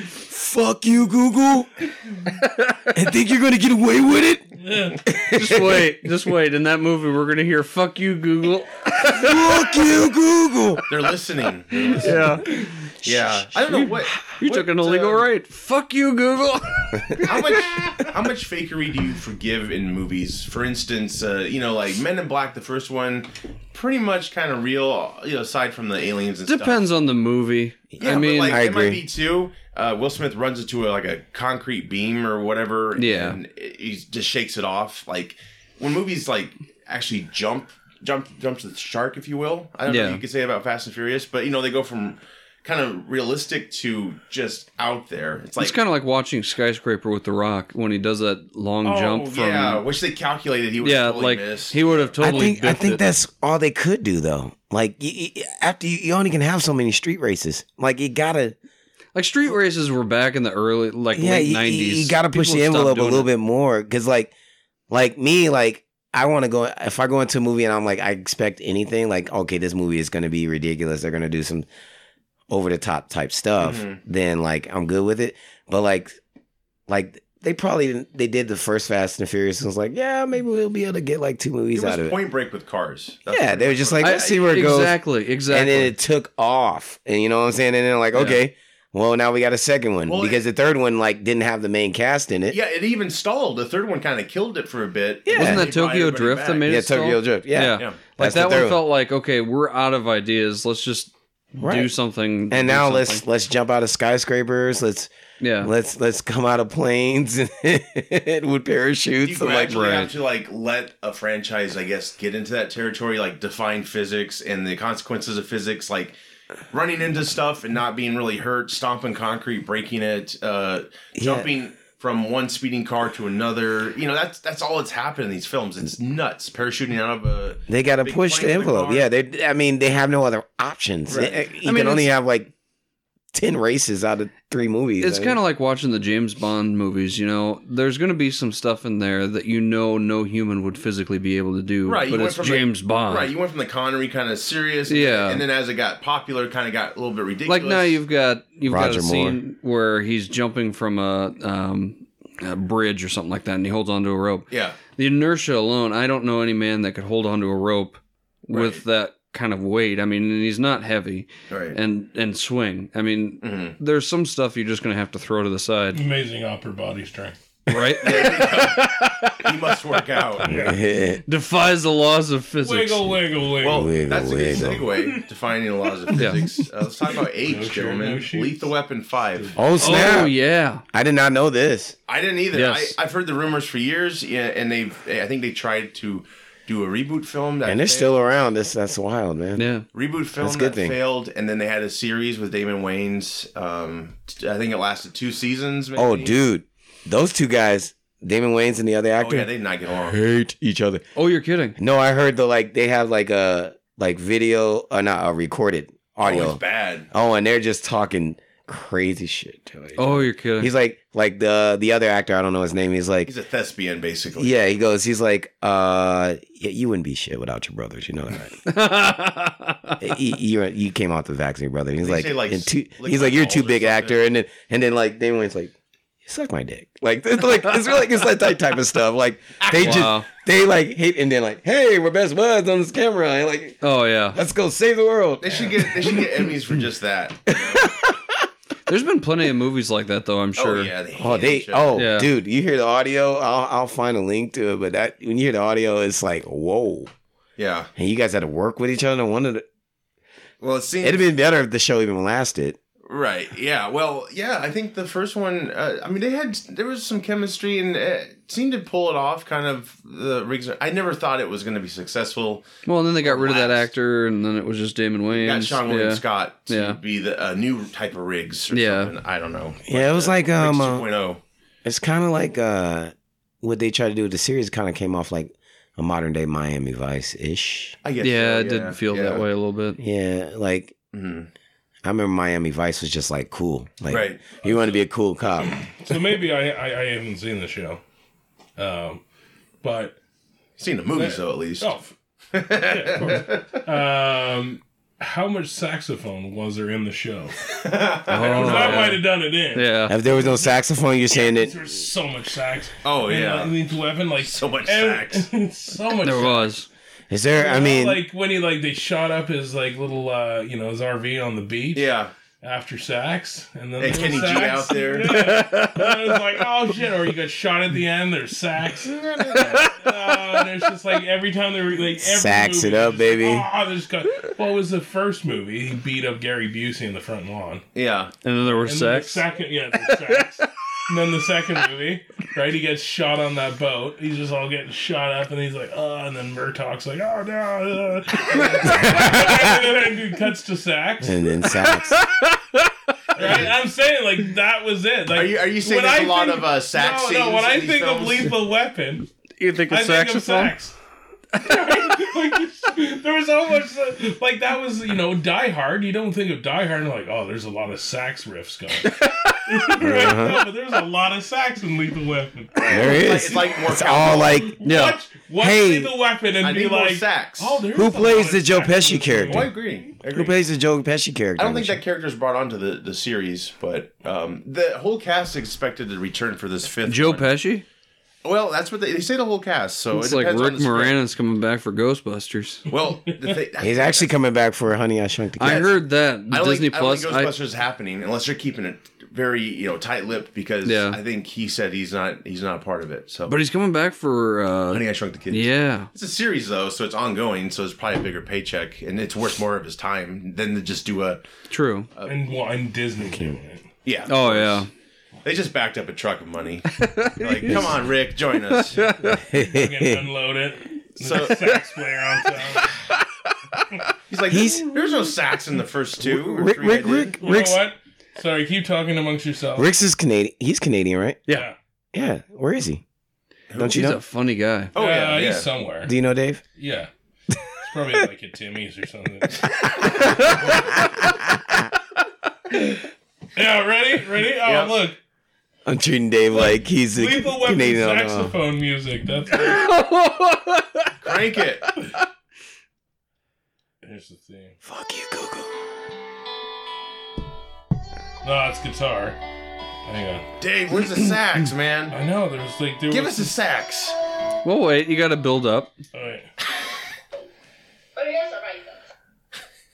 [SPEAKER 4] fuck you, Google, and think you're gonna get away with it?
[SPEAKER 2] Just wait, just wait. In that movie, we're gonna hear "fuck you, Google."
[SPEAKER 4] Fuck you, Google.
[SPEAKER 1] They're listening. They're listening.
[SPEAKER 2] [LAUGHS] Yeah, um,
[SPEAKER 1] Yeah. I don't know what.
[SPEAKER 2] you
[SPEAKER 1] what,
[SPEAKER 2] took an illegal
[SPEAKER 1] uh,
[SPEAKER 2] right. Fuck you, [LAUGHS] Google.
[SPEAKER 1] How much? How much fakery do you forgive in movies? For instance, uh, you know, like Men in Black, the first one, pretty much kind of real. You know, aside from the aliens and stuff.
[SPEAKER 2] Depends on the movie.
[SPEAKER 1] Yeah,
[SPEAKER 2] I mean,
[SPEAKER 1] but like
[SPEAKER 4] I agree.
[SPEAKER 1] MIB two, uh, Will Smith runs into a, like a concrete beam or whatever.
[SPEAKER 2] Yeah.
[SPEAKER 1] and he just shakes it off. Like when movies like actually jump, jump, jump to the shark, if you will. I don't know
[SPEAKER 2] Yeah.
[SPEAKER 1] what you could say about Fast and Furious, but you know they go from kind of realistic to just out there. It's like
[SPEAKER 2] it's kind of like watching Skyscraper with The Rock when he does that long
[SPEAKER 1] oh,
[SPEAKER 2] jump from.
[SPEAKER 1] yeah,
[SPEAKER 2] Yeah,
[SPEAKER 1] which they calculated he would totally
[SPEAKER 2] like
[SPEAKER 1] missed.
[SPEAKER 2] he would have
[SPEAKER 4] I
[SPEAKER 2] totally.
[SPEAKER 4] think I
[SPEAKER 2] biffed
[SPEAKER 4] think
[SPEAKER 2] it.
[SPEAKER 4] that's all they could do though. Like y y after you, you only can have so many street races. Like you gotta,
[SPEAKER 2] like street races were back in the early like
[SPEAKER 4] yeah,
[SPEAKER 2] late
[SPEAKER 4] you, you-
[SPEAKER 2] nineties.
[SPEAKER 4] you gotta push the envelope a little bit more. Cause like, like me, like I want to go. If I go into a movie and I'm like, I expect anything. Like, okay, this movie is gonna be ridiculous. They're gonna do some over the top type stuff.
[SPEAKER 1] Mhm.
[SPEAKER 2] Mm-hmm.
[SPEAKER 4] Then like I'm good with it. But like, like. They probably didn't- they did the first Fast and Furious and was like, yeah, maybe we'll be able to get like two
[SPEAKER 1] it
[SPEAKER 4] movies out
[SPEAKER 1] was
[SPEAKER 4] of it.
[SPEAKER 1] Point Break with cars. That's
[SPEAKER 4] Yeah,
[SPEAKER 1] what
[SPEAKER 4] they
[SPEAKER 1] it
[SPEAKER 4] were
[SPEAKER 1] was.
[SPEAKER 4] just like,
[SPEAKER 2] I-
[SPEAKER 4] let's see where it goes.
[SPEAKER 2] Exactly, exactly.
[SPEAKER 4] And then it took off. And you know what I'm saying? And then like,
[SPEAKER 2] Yeah.
[SPEAKER 4] okay, well now we got a second one.
[SPEAKER 1] Well,
[SPEAKER 4] because the third one like didn't have the main cast in it.
[SPEAKER 1] yeah, it even stalled. The third one kind of killed it for a bit.
[SPEAKER 4] Yeah.
[SPEAKER 2] Wasn't
[SPEAKER 1] They
[SPEAKER 2] that
[SPEAKER 1] brought
[SPEAKER 2] Tokyo
[SPEAKER 1] everybody
[SPEAKER 2] Drift that
[SPEAKER 1] back.
[SPEAKER 2] made
[SPEAKER 4] Yeah,
[SPEAKER 2] it? still?
[SPEAKER 4] Tokyo Drift. Yeah.
[SPEAKER 2] yeah.
[SPEAKER 1] Yeah.
[SPEAKER 2] Like
[SPEAKER 4] That's the
[SPEAKER 2] that
[SPEAKER 4] third
[SPEAKER 2] one
[SPEAKER 4] one.
[SPEAKER 2] felt like okay, we're out of ideas. Let's just do
[SPEAKER 4] Right.
[SPEAKER 2] something.
[SPEAKER 4] And
[SPEAKER 2] do
[SPEAKER 4] now
[SPEAKER 2] something.
[SPEAKER 4] let's let's jump out of skyscrapers. Let's
[SPEAKER 2] yeah.
[SPEAKER 4] let's let's come out of planes [LAUGHS] and with
[SPEAKER 1] you
[SPEAKER 4] parachutes. and, like,
[SPEAKER 1] gradually have to like let a franchise, I guess, get into that territory, like define physics and the consequences of physics, like running into stuff and not being really hurt, stomping concrete, breaking it, uh, jumping from one speeding car to another. You know, that's that's all that's happened in these films. It's nuts. Parachuting out of a
[SPEAKER 4] they got to
[SPEAKER 1] big
[SPEAKER 4] push
[SPEAKER 1] plane
[SPEAKER 4] the
[SPEAKER 1] with a
[SPEAKER 4] envelope.
[SPEAKER 1] car.
[SPEAKER 4] yeah, they. I mean, they have no other options. Eh,
[SPEAKER 1] Right.
[SPEAKER 4] You
[SPEAKER 2] mean,
[SPEAKER 4] can only
[SPEAKER 2] it's-
[SPEAKER 4] have like ten races out of three movies.
[SPEAKER 2] It's
[SPEAKER 4] I
[SPEAKER 2] kind
[SPEAKER 4] mean,
[SPEAKER 2] of like watching the James Bond movies. You know, there's going to be some stuff in there that you know no human would physically be able to do.
[SPEAKER 1] Right, you
[SPEAKER 2] but
[SPEAKER 1] went
[SPEAKER 2] it's
[SPEAKER 1] from the-
[SPEAKER 2] James Bond.
[SPEAKER 1] Right, you went from the Connery kind of serious, and-
[SPEAKER 2] Yeah.
[SPEAKER 1] and then as it got popular, kind of got a little bit ridiculous.
[SPEAKER 2] like now you've got you've got
[SPEAKER 4] Roger
[SPEAKER 2] a
[SPEAKER 4] Moore.
[SPEAKER 2] scene where he's jumping from a, um, a bridge or something like that, and he holds onto a rope.
[SPEAKER 1] yeah,
[SPEAKER 2] The inertia alone, I don't know any man that could hold onto a rope with that kind of weight. I mean, and he's not heavy
[SPEAKER 1] right. Mm-hmm.
[SPEAKER 2] and and swing. I mean, there's some stuff you're just going to have to throw to the
[SPEAKER 1] [LAUGHS]
[SPEAKER 2] side,
[SPEAKER 5] Amazing opera body strength.
[SPEAKER 2] right?
[SPEAKER 1] he must work
[SPEAKER 4] [LAUGHS]
[SPEAKER 1] out.
[SPEAKER 2] Defies the laws of physics.
[SPEAKER 5] Wiggle, wiggle, wiggle.
[SPEAKER 1] Well,
[SPEAKER 4] Wiggle,
[SPEAKER 1] that's a
[SPEAKER 4] wiggle.
[SPEAKER 1] good segue. Defining the laws of
[SPEAKER 2] Yeah.
[SPEAKER 1] physics. Uh, let's
[SPEAKER 4] [LAUGHS]
[SPEAKER 1] talk about age,
[SPEAKER 5] No shirt,
[SPEAKER 1] gentlemen.
[SPEAKER 5] no shoes.
[SPEAKER 1] Lethal Weapon Five.
[SPEAKER 4] oh snap!
[SPEAKER 2] Oh yeah.
[SPEAKER 4] I did not know this.
[SPEAKER 1] I didn't either.
[SPEAKER 2] Yes.
[SPEAKER 1] I, I've heard the rumors for years, yeah, and they, have I think they tried to do a reboot film. That
[SPEAKER 4] And they're
[SPEAKER 1] failed-
[SPEAKER 4] still around. That's that's wild, man.
[SPEAKER 2] Yeah.
[SPEAKER 1] reboot film
[SPEAKER 4] That's a good
[SPEAKER 1] that
[SPEAKER 4] thing.
[SPEAKER 1] failed, and then they had a series with Damon Wayans. Um, t- I think it lasted two seasons. Maybe.
[SPEAKER 4] Oh, dude, Oh, those two guys, Damon Wayans and the other
[SPEAKER 1] Oh
[SPEAKER 4] actor
[SPEAKER 1] yeah, they did not get along.
[SPEAKER 4] hate each other.
[SPEAKER 2] Oh, you're kidding.
[SPEAKER 4] No, I heard the like they have like a like video or not a recorded
[SPEAKER 1] Oh,
[SPEAKER 4] audio.
[SPEAKER 1] it's bad.
[SPEAKER 4] Oh, and they're just talking crazy shit. To each
[SPEAKER 2] Oh,
[SPEAKER 4] other.
[SPEAKER 2] you're kidding.
[SPEAKER 4] he's like like the the other actor. I don't know his name. He's like,
[SPEAKER 1] He's a thespian, basically.
[SPEAKER 4] yeah. He goes, he's like, uh, yeah, you wouldn't be shit without your brothers. You know that. Right? you, you you came off the vaccine, brother. He's
[SPEAKER 1] They
[SPEAKER 4] like,
[SPEAKER 1] say, like,
[SPEAKER 4] and too,
[SPEAKER 1] lick
[SPEAKER 4] he's
[SPEAKER 1] my
[SPEAKER 4] like, you're
[SPEAKER 1] balls
[SPEAKER 4] too
[SPEAKER 1] or
[SPEAKER 4] big
[SPEAKER 1] something.
[SPEAKER 4] actor, and then and then like Damon Wayne's like, suck my dick, like it's like it's really it's like that type of stuff. Like they
[SPEAKER 2] Wow.
[SPEAKER 4] just they like hate, and then like, hey, we're best buds on this camera, and like
[SPEAKER 2] [LAUGHS] oh yeah.
[SPEAKER 4] let's go save the world.
[SPEAKER 1] They should get they should get Emmys for just
[SPEAKER 4] [LAUGHS]
[SPEAKER 1] that.
[SPEAKER 2] There's been plenty of movies like that though. I'm sure.
[SPEAKER 1] Oh yeah. They
[SPEAKER 4] Oh, they
[SPEAKER 1] should.
[SPEAKER 4] oh
[SPEAKER 2] Yeah.
[SPEAKER 4] dude, you hear the audio? I'll I'll find a link to it, but that when you hear the audio, it's like whoa.
[SPEAKER 1] yeah.
[SPEAKER 4] And you guys had to work with each other. One of the,
[SPEAKER 1] Well, it seems
[SPEAKER 4] it'd have been better if the show even lasted.
[SPEAKER 1] Right. Yeah. Well. Yeah. I think the first one. Uh, I mean, they had there was some chemistry and it seemed to pull it off. Kind of the rigs. I never thought it was going to be successful.
[SPEAKER 2] Well, and then they got rid of that
[SPEAKER 1] Last.
[SPEAKER 2] actor, and then it was just Damon Wayans.
[SPEAKER 1] Got Sean William
[SPEAKER 2] yeah.
[SPEAKER 1] Scott to
[SPEAKER 2] Yeah.
[SPEAKER 1] be the a new type of rigs. Or
[SPEAKER 2] Yeah.
[SPEAKER 1] Something. I don't know.
[SPEAKER 4] Yeah, it was like um.
[SPEAKER 1] Riggs
[SPEAKER 4] uh,
[SPEAKER 1] 2.0.
[SPEAKER 4] It's kind of like uh, what they tried to do with the series. Kind of came off like a modern day Miami Vice ish.
[SPEAKER 1] I guess.
[SPEAKER 2] Yeah,
[SPEAKER 1] so,
[SPEAKER 2] it did feel
[SPEAKER 1] yeah.
[SPEAKER 2] that way a little
[SPEAKER 1] [LAUGHS]
[SPEAKER 2] bit.
[SPEAKER 4] Yeah, like
[SPEAKER 1] Mhm.
[SPEAKER 4] I remember Miami Vice was just like cool. Like
[SPEAKER 1] Right.
[SPEAKER 4] you want to be a cool cop.
[SPEAKER 5] So maybe I, I, I haven't seen the show. Um, but
[SPEAKER 1] Seen the movies though, at least.
[SPEAKER 5] oh, f- yeah, of course. um, how much saxophone was there in the show?
[SPEAKER 2] Oh,
[SPEAKER 5] I might
[SPEAKER 2] yeah.
[SPEAKER 5] have done it in.
[SPEAKER 2] yeah.
[SPEAKER 4] If there was no saxophone, you're saying that
[SPEAKER 5] There's so much sax.
[SPEAKER 1] Oh,
[SPEAKER 5] And,
[SPEAKER 1] yeah.
[SPEAKER 5] like, Lethal Weapon, like
[SPEAKER 1] So much
[SPEAKER 5] sax. [LAUGHS] so much.
[SPEAKER 2] There
[SPEAKER 5] sax.
[SPEAKER 2] was.
[SPEAKER 4] is there? I
[SPEAKER 5] You know,
[SPEAKER 4] mean,
[SPEAKER 5] like when he like they shot up his like little uh you know his RV on the beach
[SPEAKER 1] Yeah.
[SPEAKER 5] after sax, and
[SPEAKER 1] And
[SPEAKER 5] then there was
[SPEAKER 1] Kenny G
[SPEAKER 5] sax.
[SPEAKER 1] out there.
[SPEAKER 5] Yeah. [LAUGHS] and I was like, oh shit! Or you got shot at the end. There's [LAUGHS] sax. No, and it's just like every time they were like every
[SPEAKER 4] Sax
[SPEAKER 5] movie,
[SPEAKER 4] it up,
[SPEAKER 5] it's just
[SPEAKER 4] baby.
[SPEAKER 5] Like, oh, there's got. What was the first movie? He beat up Gary Busey in the front lawn.
[SPEAKER 1] Yeah.
[SPEAKER 2] And then there were
[SPEAKER 5] And
[SPEAKER 2] sex.
[SPEAKER 5] Then the second, yeah, there's sex. and then the second movie, right? He gets shot on that boat. He's just all getting shot up, and he's like, oh, and then Murtaugh's like, oh no. [LAUGHS] uh." and then it cuts to sax.
[SPEAKER 4] and then sax.
[SPEAKER 5] Right? I'm saying like that was it. Like,
[SPEAKER 1] Are you- are you saying
[SPEAKER 5] when
[SPEAKER 1] there's
[SPEAKER 5] I
[SPEAKER 1] a lot
[SPEAKER 5] think-
[SPEAKER 1] of, uh, sax
[SPEAKER 5] No,
[SPEAKER 1] scenes
[SPEAKER 5] no. When
[SPEAKER 1] in
[SPEAKER 5] I
[SPEAKER 1] these
[SPEAKER 5] think of
[SPEAKER 1] films?
[SPEAKER 5] Lethal Weapon,
[SPEAKER 2] you think
[SPEAKER 5] I think of sax. [LAUGHS] Like, there was so much like that was you know Die Hard. You don't think of Die Hard and like oh, there's a lot of sax riffs going. [LAUGHS] right?
[SPEAKER 1] Uh-huh.
[SPEAKER 5] No, but there's a lot of sax in Lethal Weapon.
[SPEAKER 4] there it is.
[SPEAKER 1] It's like more.
[SPEAKER 4] It's all like
[SPEAKER 2] Yeah.
[SPEAKER 5] Watch, watch
[SPEAKER 4] Hey,
[SPEAKER 5] Lethal Weapon and
[SPEAKER 1] I
[SPEAKER 5] be
[SPEAKER 1] need more
[SPEAKER 5] like,
[SPEAKER 1] sax.
[SPEAKER 5] oh, there's
[SPEAKER 4] Who
[SPEAKER 5] a
[SPEAKER 4] plays
[SPEAKER 5] lot of
[SPEAKER 4] the Joe
[SPEAKER 5] sax in
[SPEAKER 4] Pesci
[SPEAKER 5] this movie.
[SPEAKER 4] character?
[SPEAKER 1] Oh, I agree. I
[SPEAKER 4] who
[SPEAKER 1] agree.
[SPEAKER 4] plays the Joe Pesci character?
[SPEAKER 1] I don't think that character is brought onto the, the series, but um, the whole cast is expected to return for this fifth.
[SPEAKER 2] Joe
[SPEAKER 1] one.
[SPEAKER 2] Pesci?
[SPEAKER 1] Well, that's what they, they say. The whole cast. So
[SPEAKER 2] It's
[SPEAKER 1] it
[SPEAKER 2] like
[SPEAKER 1] depends on
[SPEAKER 2] Rick
[SPEAKER 1] the script.
[SPEAKER 2] Moranis coming back for
[SPEAKER 1] [LAUGHS]
[SPEAKER 2] Ghostbusters.
[SPEAKER 1] Well, the thing,
[SPEAKER 4] [LAUGHS] he's actually coming back for Honey I Shrunk the
[SPEAKER 2] I
[SPEAKER 4] Cat.
[SPEAKER 2] heard that
[SPEAKER 1] I don't
[SPEAKER 2] Disney
[SPEAKER 1] think,
[SPEAKER 2] Plus.
[SPEAKER 1] I don't think Ghostbusters is happening unless they're keeping it very you know tight lipped because
[SPEAKER 2] Yeah.
[SPEAKER 1] I think he said he's not he's not a part of it. So,
[SPEAKER 2] but he's coming back for. Uh,
[SPEAKER 1] Honey, I Shrunk the Kids.
[SPEAKER 2] yeah.
[SPEAKER 1] It's a series though, so it's ongoing. So it's probably a bigger paycheck, and it's worth more of his time than to just do a
[SPEAKER 2] True.
[SPEAKER 5] And well, and Disney doing it.
[SPEAKER 1] yeah.
[SPEAKER 2] Oh, yeah.
[SPEAKER 1] They just backed up a truck of
[SPEAKER 2] [LAUGHS]
[SPEAKER 1] money. like, come on, Rick, join us.
[SPEAKER 5] They're gonna unload it.
[SPEAKER 1] So-
[SPEAKER 5] So sax player
[SPEAKER 1] [LAUGHS]
[SPEAKER 5] on top.
[SPEAKER 1] He's like, there's no sax in the first two. or
[SPEAKER 4] Rick
[SPEAKER 1] three I
[SPEAKER 4] Rick
[SPEAKER 1] did."
[SPEAKER 4] Rick
[SPEAKER 5] You
[SPEAKER 4] Rick's
[SPEAKER 5] know what? Sorry, keep talking amongst yourselves.
[SPEAKER 4] Rick's is Canadian. He's Canadian, right?
[SPEAKER 5] yeah.
[SPEAKER 4] Yeah. Where is he? Don't you
[SPEAKER 2] He's
[SPEAKER 4] know?
[SPEAKER 2] a funny guy.
[SPEAKER 1] Oh yeah,
[SPEAKER 5] Uh,
[SPEAKER 1] yeah.
[SPEAKER 5] he's somewhere.
[SPEAKER 4] Do you know Dave?
[SPEAKER 5] Yeah. It's probably like at Timmy's
[SPEAKER 1] [LAUGHS]
[SPEAKER 5] or something. yeah, ready? Ready? Oh,
[SPEAKER 1] Yeah.
[SPEAKER 5] look.
[SPEAKER 4] I'm treating Dave like he's a
[SPEAKER 5] Lethal Weapon
[SPEAKER 4] Canadian. I don't know.
[SPEAKER 5] saxophone music. That's it.
[SPEAKER 1] Crank it.
[SPEAKER 5] Here's the thing.
[SPEAKER 4] Fuck you, Google.
[SPEAKER 5] No, it's guitar. Hang
[SPEAKER 1] Dave, where's the sax,
[SPEAKER 5] on.
[SPEAKER 1] man?
[SPEAKER 5] I know, there's like... There
[SPEAKER 1] Give
[SPEAKER 5] was,
[SPEAKER 1] us a sax.
[SPEAKER 2] Well, wait. You got to build up.
[SPEAKER 5] All right.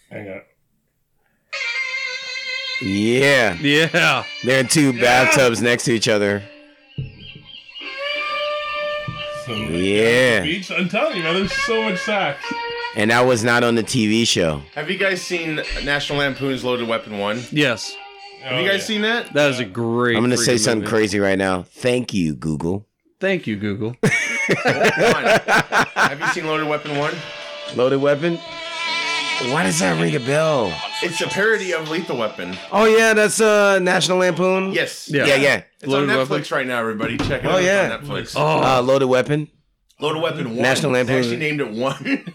[SPEAKER 5] Hang on.
[SPEAKER 4] Yeah,
[SPEAKER 2] Yeah.
[SPEAKER 4] they're in two bathtubs next to each other.
[SPEAKER 5] Some
[SPEAKER 4] Yeah,
[SPEAKER 5] beach. I'm telling you, man, there's so much sax.
[SPEAKER 4] and that was not on the TV show.
[SPEAKER 1] Have you guys seen National Lampoon's Loaded Weapon One? Have
[SPEAKER 2] Yes.
[SPEAKER 5] Have
[SPEAKER 1] you guys seen that?
[SPEAKER 2] That is a great.
[SPEAKER 4] I'm gonna
[SPEAKER 2] freaking
[SPEAKER 4] say something
[SPEAKER 2] movie.
[SPEAKER 4] crazy right now. Thank you, Google.
[SPEAKER 2] Thank you,
[SPEAKER 4] [LAUGHS]
[SPEAKER 2] Google.
[SPEAKER 1] One. Have you seen Loaded Weapon One?
[SPEAKER 4] Loaded Weapon. Why does that ring a bell?
[SPEAKER 1] It's a parody of Lethal Weapon.
[SPEAKER 4] Oh yeah, that's uh National Lampoon.
[SPEAKER 1] Yes.
[SPEAKER 2] Yeah.
[SPEAKER 4] Yeah, yeah.
[SPEAKER 1] It's It's on
[SPEAKER 2] Loaded
[SPEAKER 1] Netflix
[SPEAKER 2] Weapon?
[SPEAKER 1] right now, everybody. Check it out.
[SPEAKER 4] Oh, yeah.
[SPEAKER 1] It's on Netflix.
[SPEAKER 4] Uh, Loaded Weapon.
[SPEAKER 1] Loaded Weapon 1.
[SPEAKER 4] National
[SPEAKER 1] They
[SPEAKER 4] Lampoon.
[SPEAKER 1] actually named it 1.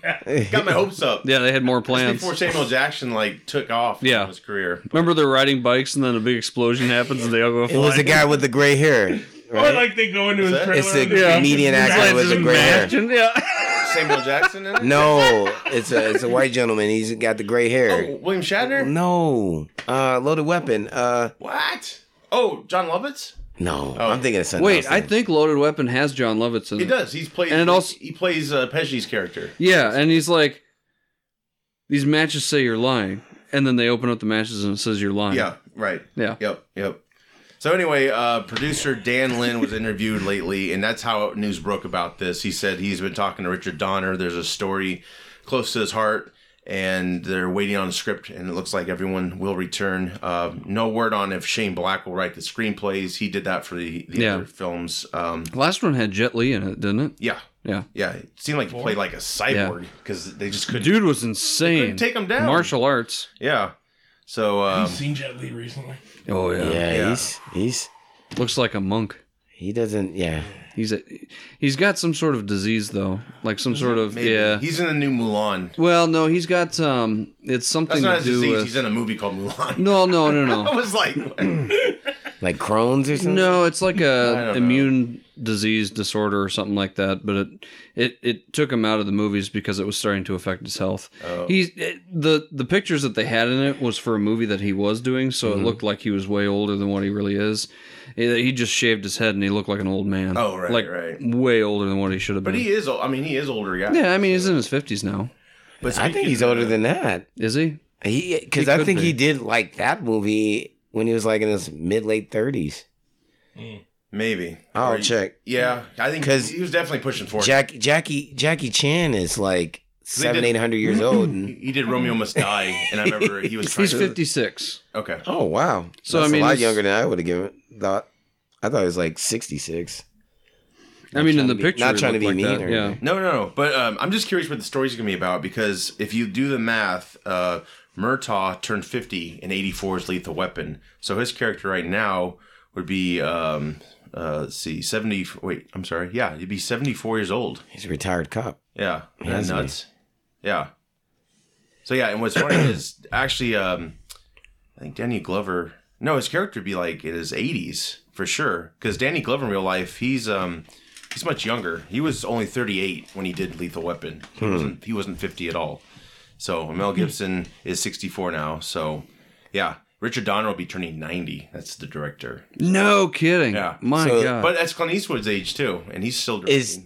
[SPEAKER 4] [LAUGHS]
[SPEAKER 1] Got my hopes up.
[SPEAKER 2] Yeah, they had more
[SPEAKER 1] That's
[SPEAKER 2] plans.
[SPEAKER 1] Before Samuel Jackson like took off
[SPEAKER 2] Yeah.
[SPEAKER 1] in his career.
[SPEAKER 2] Remember they're riding bikes and then a big explosion happens and they all go
[SPEAKER 4] It was the
[SPEAKER 2] flying?
[SPEAKER 4] guy with the gray hair.
[SPEAKER 5] Or
[SPEAKER 4] Right?
[SPEAKER 5] like they go into his
[SPEAKER 1] that-
[SPEAKER 5] trailer.
[SPEAKER 4] It's the
[SPEAKER 5] and they-
[SPEAKER 4] comedian actor with the gray hair.
[SPEAKER 2] Imagine,
[SPEAKER 4] [LAUGHS]
[SPEAKER 2] yeah.
[SPEAKER 1] Samuel Jackson in it?
[SPEAKER 4] No, it's a it's a white gentleman. He's got the gray
[SPEAKER 1] Oh,
[SPEAKER 4] hair.
[SPEAKER 1] William Shatner?
[SPEAKER 4] No, uh, Loaded Weapon. Uh,
[SPEAKER 1] What? Oh, John Lovitz?
[SPEAKER 4] no, I'm thinking of something.
[SPEAKER 2] Oh. Wait,
[SPEAKER 4] else
[SPEAKER 2] I
[SPEAKER 4] then.
[SPEAKER 2] think Loaded Weapon has John Lovitz in
[SPEAKER 1] He
[SPEAKER 2] it.
[SPEAKER 1] does. He's played
[SPEAKER 2] Hmm. And it also-
[SPEAKER 1] he plays uh, Pesci's character.
[SPEAKER 2] Yeah, and he's like, these matches say you're lying. And then they open up the matches and it says you're lying.
[SPEAKER 1] Yeah, right.
[SPEAKER 2] Yeah.
[SPEAKER 1] Yep, yep. So anyway, uh, producer Dan Lin was interviewed [LAUGHS] lately, and that's how news broke about this. He said he's been talking to Richard Donner. There's a story close to his heart, and they're waiting on a script, and it looks like everyone will return. Uh, no word on if Shane Black will write the screenplays. He did that for the, the
[SPEAKER 2] Yeah.
[SPEAKER 1] other films. Um,
[SPEAKER 2] Last one had Jet Li in it, didn't it?
[SPEAKER 1] yeah,
[SPEAKER 2] Yeah.
[SPEAKER 1] yeah. It seemed like he played like a cyborg because they just couldn't.
[SPEAKER 2] Dude was insane.
[SPEAKER 1] couldn't take him down.
[SPEAKER 2] Martial arts.
[SPEAKER 1] yeah. So um,
[SPEAKER 5] I've seen Jet Li recently.
[SPEAKER 2] Oh
[SPEAKER 4] Yeah, he's he's
[SPEAKER 2] Looks like a monk.
[SPEAKER 4] he doesn't. Yeah,
[SPEAKER 2] He's a, he's got some sort of disease though, like some sort of
[SPEAKER 1] maybe
[SPEAKER 2] yeah.
[SPEAKER 1] he's in the new Mulan.
[SPEAKER 2] well, no, he's got um, it's
[SPEAKER 1] That's
[SPEAKER 2] something
[SPEAKER 1] not
[SPEAKER 2] to
[SPEAKER 1] his
[SPEAKER 2] do
[SPEAKER 1] disease.
[SPEAKER 2] with.
[SPEAKER 1] He's in a movie called Mulan.
[SPEAKER 2] no, no, no,
[SPEAKER 1] [LAUGHS] I
[SPEAKER 2] no,
[SPEAKER 1] was like,
[SPEAKER 4] like Crohn's or something.
[SPEAKER 2] no. It's like
[SPEAKER 1] don't know.
[SPEAKER 2] a immune disease disorder or something like that. But it it it took him out of the movies because it was starting to affect his health.
[SPEAKER 1] Oh.
[SPEAKER 2] He's it, the the pictures that they had in it was for a movie that he was doing, so it looked like he was way older than what he really is. He he just shaved his head and he looked like an old man.
[SPEAKER 1] Oh, right,
[SPEAKER 2] like
[SPEAKER 1] right.
[SPEAKER 2] way older than what he should have
[SPEAKER 1] but
[SPEAKER 2] been.
[SPEAKER 1] he is. ol- I mean, he is older guy.
[SPEAKER 2] yeah, I mean, he's in his fifties now.
[SPEAKER 1] But
[SPEAKER 4] I think he's older than that.
[SPEAKER 2] Is he?
[SPEAKER 4] He because
[SPEAKER 2] He
[SPEAKER 4] I
[SPEAKER 2] could
[SPEAKER 4] think he
[SPEAKER 2] be.
[SPEAKER 4] did like that movie when he was like in his mid late thirties.
[SPEAKER 1] maybe.
[SPEAKER 4] I'll
[SPEAKER 1] Or he-
[SPEAKER 4] check.
[SPEAKER 1] Yeah, I think
[SPEAKER 4] 'Cause
[SPEAKER 1] because he was definitely pushing for it.
[SPEAKER 4] Jack Jackie Jackie Chan is like seven
[SPEAKER 1] did-
[SPEAKER 4] eight hundred years old.
[SPEAKER 2] [CLEARS THROAT]
[SPEAKER 4] And,
[SPEAKER 1] he did Romeo Must Die, and I remember he was trying
[SPEAKER 2] [LAUGHS] He's
[SPEAKER 1] to.
[SPEAKER 2] fifty six.
[SPEAKER 1] Okay,
[SPEAKER 4] oh wow,
[SPEAKER 2] So,
[SPEAKER 4] That's
[SPEAKER 2] I mean,
[SPEAKER 4] a lot
[SPEAKER 2] it's-
[SPEAKER 4] younger than I would have given thought. I thought it was like sixty six.
[SPEAKER 2] I mean, in
[SPEAKER 4] trying
[SPEAKER 2] the
[SPEAKER 4] to be-
[SPEAKER 2] picture,
[SPEAKER 4] not
[SPEAKER 2] it
[SPEAKER 4] trying to
[SPEAKER 2] looked
[SPEAKER 4] be
[SPEAKER 2] like that.
[SPEAKER 4] mean or
[SPEAKER 2] Yeah,
[SPEAKER 4] anything.
[SPEAKER 1] no, no, no. But um, I'm just curious what the story's going to be about because if you do the math, uh, Murtaugh turned 50 in '84's Lethal Weapon, so his character right now would be. Um, uh, let's see, 70. Wait, I'm sorry. Yeah, he'd be 74 years old.
[SPEAKER 4] He's a retired cop.
[SPEAKER 1] Yeah, yeah,
[SPEAKER 4] Has to be.
[SPEAKER 1] nuts. Yeah. So yeah, and what's funny is actually, um, I think Danny Glover. No, his character would be like in his eighties for sure, because Danny Glover in real life, he's um, he's much younger. He was only thirty eight when he did Lethal Weapon. He
[SPEAKER 4] Hmm.
[SPEAKER 1] wasn't he wasn't fifty at all. So Mel Gibson is sixty four now. So yeah, Richard Donner will be turning ninety. That's the director.
[SPEAKER 2] no kidding.
[SPEAKER 1] Yeah.
[SPEAKER 2] my
[SPEAKER 4] So-
[SPEAKER 2] god.
[SPEAKER 1] But that's Clint Eastwood's age too, and he's still directing.
[SPEAKER 4] Uh, Is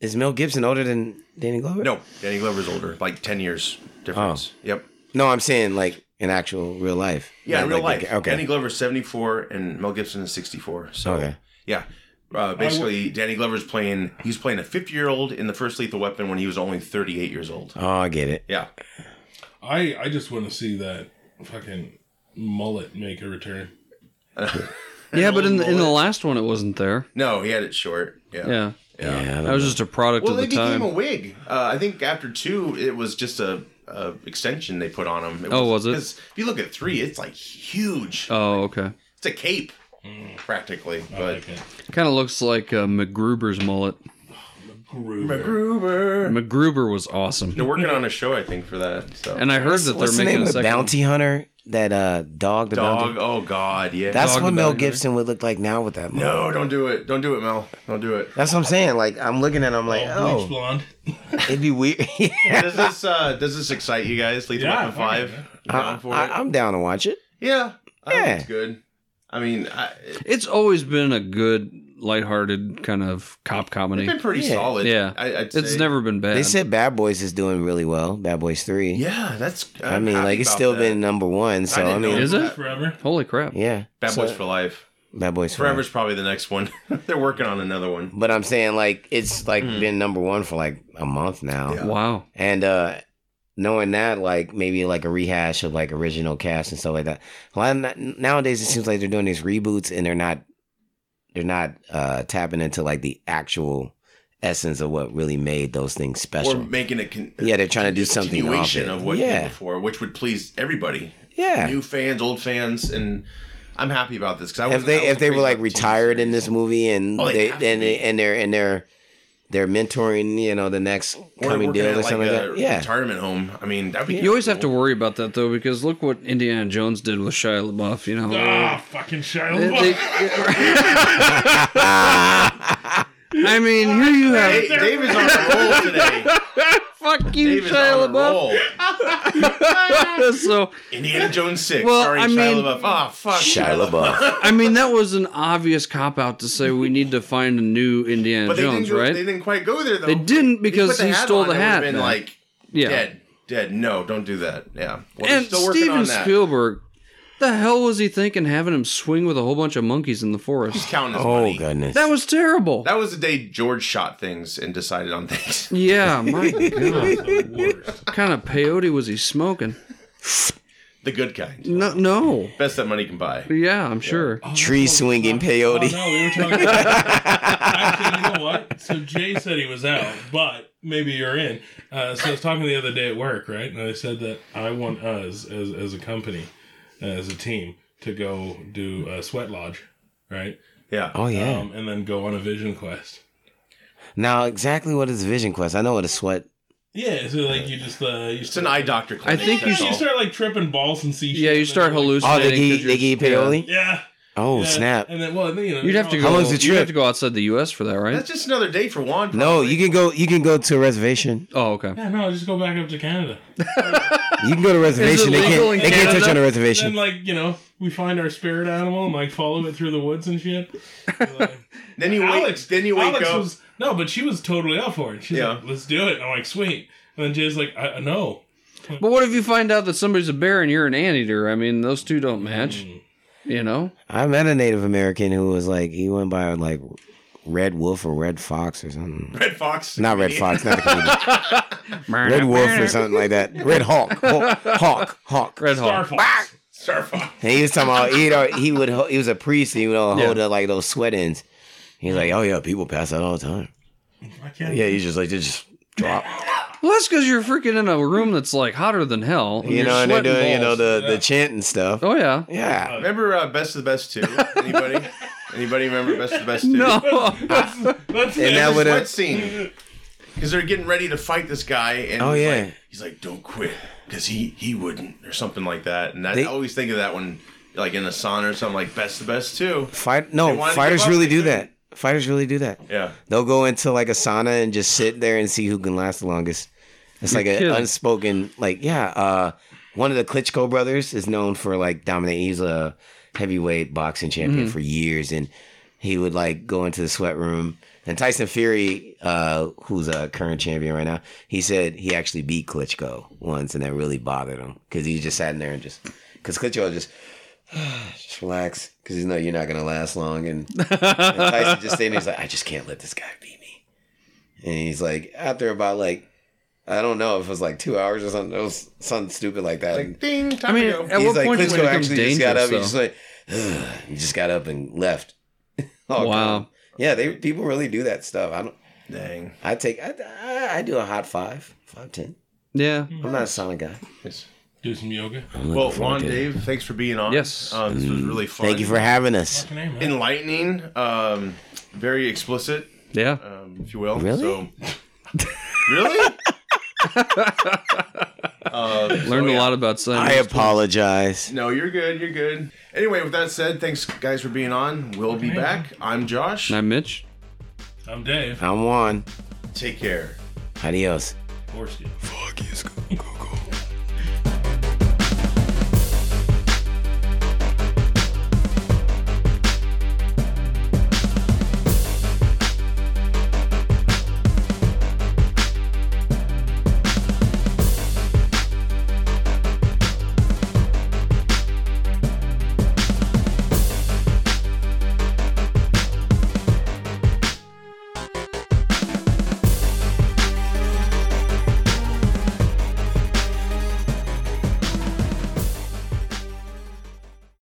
[SPEAKER 4] is Mel Gibson older than Danny Glover?
[SPEAKER 1] no Danny Glover's older, like ten years difference.
[SPEAKER 4] Oh.
[SPEAKER 1] Yep.
[SPEAKER 4] no, I'm saying like in actual real life.
[SPEAKER 1] Yeah,
[SPEAKER 4] Not
[SPEAKER 1] in real
[SPEAKER 4] like the-
[SPEAKER 1] life.
[SPEAKER 4] okay,
[SPEAKER 1] Danny Glover's 74 and Mel Gibson is 64. So
[SPEAKER 4] Okay.
[SPEAKER 1] yeah. Uh, basically, Danny Glover's playing. He's playing a 50 year old in the first Lethal Weapon when he was only 38 years old.
[SPEAKER 4] oh, I get it.
[SPEAKER 1] Yeah,
[SPEAKER 5] I I just want to see that fucking mullet make a return.
[SPEAKER 2] yeah, but in
[SPEAKER 1] old
[SPEAKER 2] the, in the
[SPEAKER 1] mullet.
[SPEAKER 2] last one, it wasn't there.
[SPEAKER 1] no, he had it short. Yeah,
[SPEAKER 2] Yeah,
[SPEAKER 4] Yeah, I don't
[SPEAKER 2] that was just a product
[SPEAKER 1] Well,
[SPEAKER 2] of
[SPEAKER 1] they
[SPEAKER 2] the time.
[SPEAKER 1] became a wig. Uh, I think after two, it was just a, a extension they put on him.
[SPEAKER 2] Oh, was it?
[SPEAKER 1] 'cause If you look at three, it's like huge.
[SPEAKER 2] oh, okay.
[SPEAKER 1] it's a cape, practically.
[SPEAKER 5] I
[SPEAKER 1] But
[SPEAKER 5] like it.
[SPEAKER 2] Kind of looks like uh, MacGruber's mullet.
[SPEAKER 5] Groove.
[SPEAKER 1] Gruber.
[SPEAKER 2] MacGruber was awesome,
[SPEAKER 1] They're working on a show, I think, for that. So
[SPEAKER 2] and I heard that they're
[SPEAKER 4] What's the
[SPEAKER 2] making
[SPEAKER 4] name
[SPEAKER 2] a
[SPEAKER 4] of the
[SPEAKER 2] second.
[SPEAKER 4] bounty hunter? That uh, dog. The
[SPEAKER 1] dog.
[SPEAKER 4] Bounty?
[SPEAKER 1] Oh God, yeah.
[SPEAKER 4] That's
[SPEAKER 2] Dog
[SPEAKER 4] what
[SPEAKER 2] the
[SPEAKER 4] Mel
[SPEAKER 2] bounty hunter.
[SPEAKER 4] Gibson would look like now with that. mullet.
[SPEAKER 1] No, don't do it. Don't do it, Mel. Don't do it.
[SPEAKER 4] That's what I'm saying. Like I'm looking at, it, I'm like,
[SPEAKER 5] All bleach
[SPEAKER 4] oh,
[SPEAKER 5] blonde.
[SPEAKER 1] [LAUGHS]
[SPEAKER 4] it'd be weird. yeah,
[SPEAKER 1] Does this uh does this excite you guys? Lethal
[SPEAKER 5] Yeah,
[SPEAKER 1] Weapon Five.
[SPEAKER 5] fuck
[SPEAKER 1] You down for
[SPEAKER 4] [LAUGHS] Uh, I,
[SPEAKER 1] it?
[SPEAKER 4] I'm down to watch it.
[SPEAKER 1] yeah. I think
[SPEAKER 4] Yeah.
[SPEAKER 1] It's good. I mean, I, it's
[SPEAKER 2] It's always been a good, lighthearted kind of cop comedy.
[SPEAKER 1] been pretty
[SPEAKER 4] Yeah.
[SPEAKER 1] solid.
[SPEAKER 2] Yeah,
[SPEAKER 1] I, I'd
[SPEAKER 2] it's
[SPEAKER 1] say.
[SPEAKER 2] never been bad.
[SPEAKER 4] They said Bad Boys is doing really well. Bad Boys Three.
[SPEAKER 1] Yeah, that's.
[SPEAKER 4] I
[SPEAKER 1] I'm
[SPEAKER 4] mean,
[SPEAKER 1] happy
[SPEAKER 4] like it's
[SPEAKER 1] about
[SPEAKER 4] still
[SPEAKER 1] that.
[SPEAKER 4] been number one. So I,
[SPEAKER 1] didn't
[SPEAKER 4] mean,
[SPEAKER 1] know
[SPEAKER 2] Is it?
[SPEAKER 5] Forever.
[SPEAKER 2] "Holy crap!"
[SPEAKER 4] yeah,
[SPEAKER 1] Bad
[SPEAKER 4] So-
[SPEAKER 1] Boys for Life.
[SPEAKER 4] Bad Boys
[SPEAKER 1] Forever's probably the next one. [LAUGHS] They're working on another one.
[SPEAKER 4] But I'm saying like it's like been number one for like a month now,
[SPEAKER 1] Hmm. Yeah.
[SPEAKER 2] Wow.
[SPEAKER 4] and uh knowing that like maybe like a rehash of like original cast and stuff like that. A lot of, n- nowadays it seems like they're doing these reboots and they're not they're not uh tapping into like the actual essence of what really made those things
[SPEAKER 1] Or
[SPEAKER 4] special.
[SPEAKER 1] making a con-
[SPEAKER 4] yeah, they're trying to do something off
[SPEAKER 1] continuation
[SPEAKER 4] it.
[SPEAKER 1] of what came
[SPEAKER 4] yeah,
[SPEAKER 1] before, which would please everybody,
[SPEAKER 4] yeah.
[SPEAKER 1] new fans, old fans, and I'm happy about this because
[SPEAKER 4] if they if they were like retired in this movie and
[SPEAKER 1] Oh, they
[SPEAKER 4] they,
[SPEAKER 1] have to
[SPEAKER 4] and
[SPEAKER 1] be.
[SPEAKER 4] and they're and they're they're mentoring you know the next coming deal or something like that. Yeah,
[SPEAKER 1] uh, retirement home. I mean, that'd be.
[SPEAKER 2] You always have to worry about that though, because look what Indiana Jones did with Shia LaBeouf. You know,
[SPEAKER 5] Ah, fucking Shia
[SPEAKER 2] They-
[SPEAKER 5] LaBeouf.
[SPEAKER 2] Uh, they- [LAUGHS] I mean, here you have
[SPEAKER 1] Hey, Dave is on a
[SPEAKER 2] [LAUGHS]
[SPEAKER 1] roll today.
[SPEAKER 2] fuck you,
[SPEAKER 1] Dave is on
[SPEAKER 2] Shia
[SPEAKER 1] a
[SPEAKER 2] LaBeouf.
[SPEAKER 1] roll.
[SPEAKER 2] [LAUGHS] so
[SPEAKER 1] Indiana Jones six.
[SPEAKER 2] Well,
[SPEAKER 1] Sorry,
[SPEAKER 2] I
[SPEAKER 1] Shia
[SPEAKER 2] mean-
[SPEAKER 1] LaBeouf. Ah, fuck.
[SPEAKER 4] Shia LaBeouf.
[SPEAKER 2] I mean, that was an obvious cop out to say we need to find a new Indiana
[SPEAKER 1] But they
[SPEAKER 2] Jones,
[SPEAKER 1] didn't. go-
[SPEAKER 2] right?
[SPEAKER 1] They didn't quite go there though.
[SPEAKER 2] They didn't
[SPEAKER 1] If put
[SPEAKER 2] because
[SPEAKER 1] the
[SPEAKER 2] he stole
[SPEAKER 1] on,
[SPEAKER 2] the
[SPEAKER 1] it would've
[SPEAKER 2] hat,
[SPEAKER 1] Been
[SPEAKER 2] man.
[SPEAKER 1] like
[SPEAKER 2] yeah.
[SPEAKER 1] dead, dead. No, don't do that. Yeah. Well, they're
[SPEAKER 2] And
[SPEAKER 1] still working
[SPEAKER 2] Steven
[SPEAKER 1] on that.
[SPEAKER 2] Spielberg, the hell was he thinking having him swing with a whole bunch of monkeys in the forest?
[SPEAKER 1] counting his
[SPEAKER 4] Oh
[SPEAKER 1] money.
[SPEAKER 4] goodness.
[SPEAKER 2] That was terrible.
[SPEAKER 1] That was the day George shot things and decided on [LAUGHS] things.
[SPEAKER 2] [LAUGHS] yeah, my
[SPEAKER 5] [LAUGHS]
[SPEAKER 2] god.
[SPEAKER 5] The
[SPEAKER 2] [LAUGHS]
[SPEAKER 5] worst.
[SPEAKER 2] What kind of peyote was he smoking?
[SPEAKER 1] The good kind.
[SPEAKER 2] No, no.
[SPEAKER 1] Best that money can buy.
[SPEAKER 2] Yeah, I'm sure.
[SPEAKER 4] Tree swinging peyote.
[SPEAKER 5] Oh, no, we were talking about. Actually, you know what? So Jay said he was out, but maybe you're in. Uh, so I was talking the other day at work, right? And I said that I want us as, as a company, as a team, to go do a sweat lodge, right?
[SPEAKER 1] Yeah.
[SPEAKER 4] Oh yeah.
[SPEAKER 5] Um, and then go on a vision quest.
[SPEAKER 4] now exactly what is Vision Quest? I know what a sweat.
[SPEAKER 5] Yeah, so like you just uh, you
[SPEAKER 1] It's an eye doctor
[SPEAKER 2] I
[SPEAKER 1] clinic.
[SPEAKER 2] think you
[SPEAKER 5] you
[SPEAKER 1] that's all.
[SPEAKER 5] start like tripping balls and see.
[SPEAKER 2] Yeah, you start
[SPEAKER 4] Oh, they
[SPEAKER 2] hallucinating.
[SPEAKER 4] give
[SPEAKER 2] 'cause
[SPEAKER 4] they
[SPEAKER 2] you're-
[SPEAKER 4] give peyote.
[SPEAKER 5] Yeah.
[SPEAKER 4] Oh
[SPEAKER 5] yeah.
[SPEAKER 4] snap.
[SPEAKER 5] And then well, and then, you know,
[SPEAKER 2] You'd have to
[SPEAKER 5] you
[SPEAKER 2] go.
[SPEAKER 4] How long's the
[SPEAKER 2] You'd
[SPEAKER 4] trip?
[SPEAKER 2] have to go outside the U.S. for that, right?
[SPEAKER 1] That's just another day for one.
[SPEAKER 4] No, you can go. You can go to a reservation.
[SPEAKER 2] oh, okay.
[SPEAKER 5] Yeah, no, just go back up to Canada.
[SPEAKER 4] You can go to a reservation. They
[SPEAKER 2] legal
[SPEAKER 4] can't.
[SPEAKER 2] in
[SPEAKER 4] They can't touch
[SPEAKER 2] Canada?
[SPEAKER 4] on a
[SPEAKER 5] Then
[SPEAKER 4] reservation.
[SPEAKER 5] like you know, we find our spirit animal and like follow it through the woods and shit.
[SPEAKER 1] Then you
[SPEAKER 5] Alex,
[SPEAKER 1] wake. Then you wake
[SPEAKER 5] Alex
[SPEAKER 1] up.
[SPEAKER 5] was no, but she was totally up for it. She's
[SPEAKER 1] Yeah.
[SPEAKER 5] like, "Let's do it." I'm like, "Sweet." And then Jay's like, I, "No."
[SPEAKER 2] But what if you find out that somebody's a bear and you're an anteater? I mean, those two don't match. You know?
[SPEAKER 4] I met a Native American who was like he went by like Red Wolf or Red Fox or something.
[SPEAKER 1] Red Fox.
[SPEAKER 4] Not Red Fox, not the comedian. Red Wolf or something like that. Red Hawk, Hawk, Hawk. Hawk.
[SPEAKER 2] Red
[SPEAKER 5] Star
[SPEAKER 2] Hawk.
[SPEAKER 5] Fox.
[SPEAKER 1] Star Fox.
[SPEAKER 4] And he was talking about he'd, al- he would ho- he was a priest and he would all
[SPEAKER 2] Yeah.
[SPEAKER 4] hold up like those sweat ins. He's like, oh yeah, people pass out all the time.
[SPEAKER 5] I can't.
[SPEAKER 4] Yeah, he's just like they just drop.
[SPEAKER 2] Well, that's because you're freaking in a room that's like hotter than hell.
[SPEAKER 4] You know, and they're doing you know the
[SPEAKER 5] Yeah.
[SPEAKER 4] the chant and stuff.
[SPEAKER 2] Oh yeah.
[SPEAKER 4] Yeah,
[SPEAKER 1] Remember uh, Best of the Best two? Anybody? Anybody remember Best of the Best two?
[SPEAKER 2] No.
[SPEAKER 5] That's
[SPEAKER 4] and that
[SPEAKER 1] Sweat
[SPEAKER 4] would have
[SPEAKER 1] scene. Because they're getting ready to fight this guy, and
[SPEAKER 4] Oh,
[SPEAKER 1] he's,
[SPEAKER 4] yeah.
[SPEAKER 1] like, he's like, "Don't quit," because he he wouldn't, or something like that. And I
[SPEAKER 4] They-
[SPEAKER 1] always think of that when, like in a sauna or something, like best of best too.
[SPEAKER 4] fight.
[SPEAKER 1] They
[SPEAKER 4] No,
[SPEAKER 1] wanted to
[SPEAKER 4] fighters
[SPEAKER 1] give up,
[SPEAKER 4] really
[SPEAKER 1] they
[SPEAKER 4] do that.
[SPEAKER 1] couldn't.
[SPEAKER 4] Fighters really do that.
[SPEAKER 1] Yeah,
[SPEAKER 4] They'll go into like a sauna and just sit there and see who can last the longest. It's like an
[SPEAKER 2] kidding.
[SPEAKER 4] unspoken, like yeah. Uh, one of the Klitschko brothers is known for like dominating. He's a heavyweight boxing champion for years, and he would like go into the sweat room. And Tyson Fury, uh, who's a current champion right now, he said he actually beat Klitschko once, and that really bothered him because he just sat in there and just because Klitschko just [SIGHS] just relax because he's no, you're not gonna last long. And, and [LAUGHS] Tyson just stayed there. He's like, I just can't let this guy beat me. And he's like, after about like, I don't know if it was like two hours or something, it was something stupid like that.
[SPEAKER 1] like ding. Time
[SPEAKER 2] I mean,
[SPEAKER 1] to go.
[SPEAKER 2] at
[SPEAKER 4] he's
[SPEAKER 2] what
[SPEAKER 4] like,
[SPEAKER 2] point does it
[SPEAKER 4] Klitschko
[SPEAKER 2] become
[SPEAKER 4] actually just got up.
[SPEAKER 2] dangerous?
[SPEAKER 4] He
[SPEAKER 2] though?
[SPEAKER 4] just like, "Ugh," [SIGHS] he just got up and left. [LAUGHS] Oh,
[SPEAKER 2] Wow.
[SPEAKER 4] God. Yeah, they people really do that stuff. I don't.
[SPEAKER 1] Dang.
[SPEAKER 4] I take. I, I, I do a hot five, five ten.
[SPEAKER 2] yeah.
[SPEAKER 4] I'm not a sauna guy.
[SPEAKER 1] Yes.
[SPEAKER 5] do some yoga.
[SPEAKER 1] Well, Juan, Dave, thanks for being on.
[SPEAKER 2] Yes.
[SPEAKER 1] um, this was really fun.
[SPEAKER 4] Mm. Thank you for having us.
[SPEAKER 5] Fucking A, man.
[SPEAKER 1] enlightening, um, very explicit,
[SPEAKER 2] Yeah.
[SPEAKER 1] um, if you will.
[SPEAKER 4] Really?
[SPEAKER 1] So, [LAUGHS] really? um,
[SPEAKER 2] Learned
[SPEAKER 1] yeah.
[SPEAKER 2] a lot about sex.
[SPEAKER 4] I apologize.
[SPEAKER 1] No, you're good. You're good. Anyway, with that said, thanks guys for being on. We'll be back. I'm Josh.
[SPEAKER 2] And I'm Mitch.
[SPEAKER 5] I'm Dave.
[SPEAKER 4] I'm Juan.
[SPEAKER 1] Take care.
[SPEAKER 4] Adios.
[SPEAKER 5] Horse dude.
[SPEAKER 3] Fuck yes, go, go, go.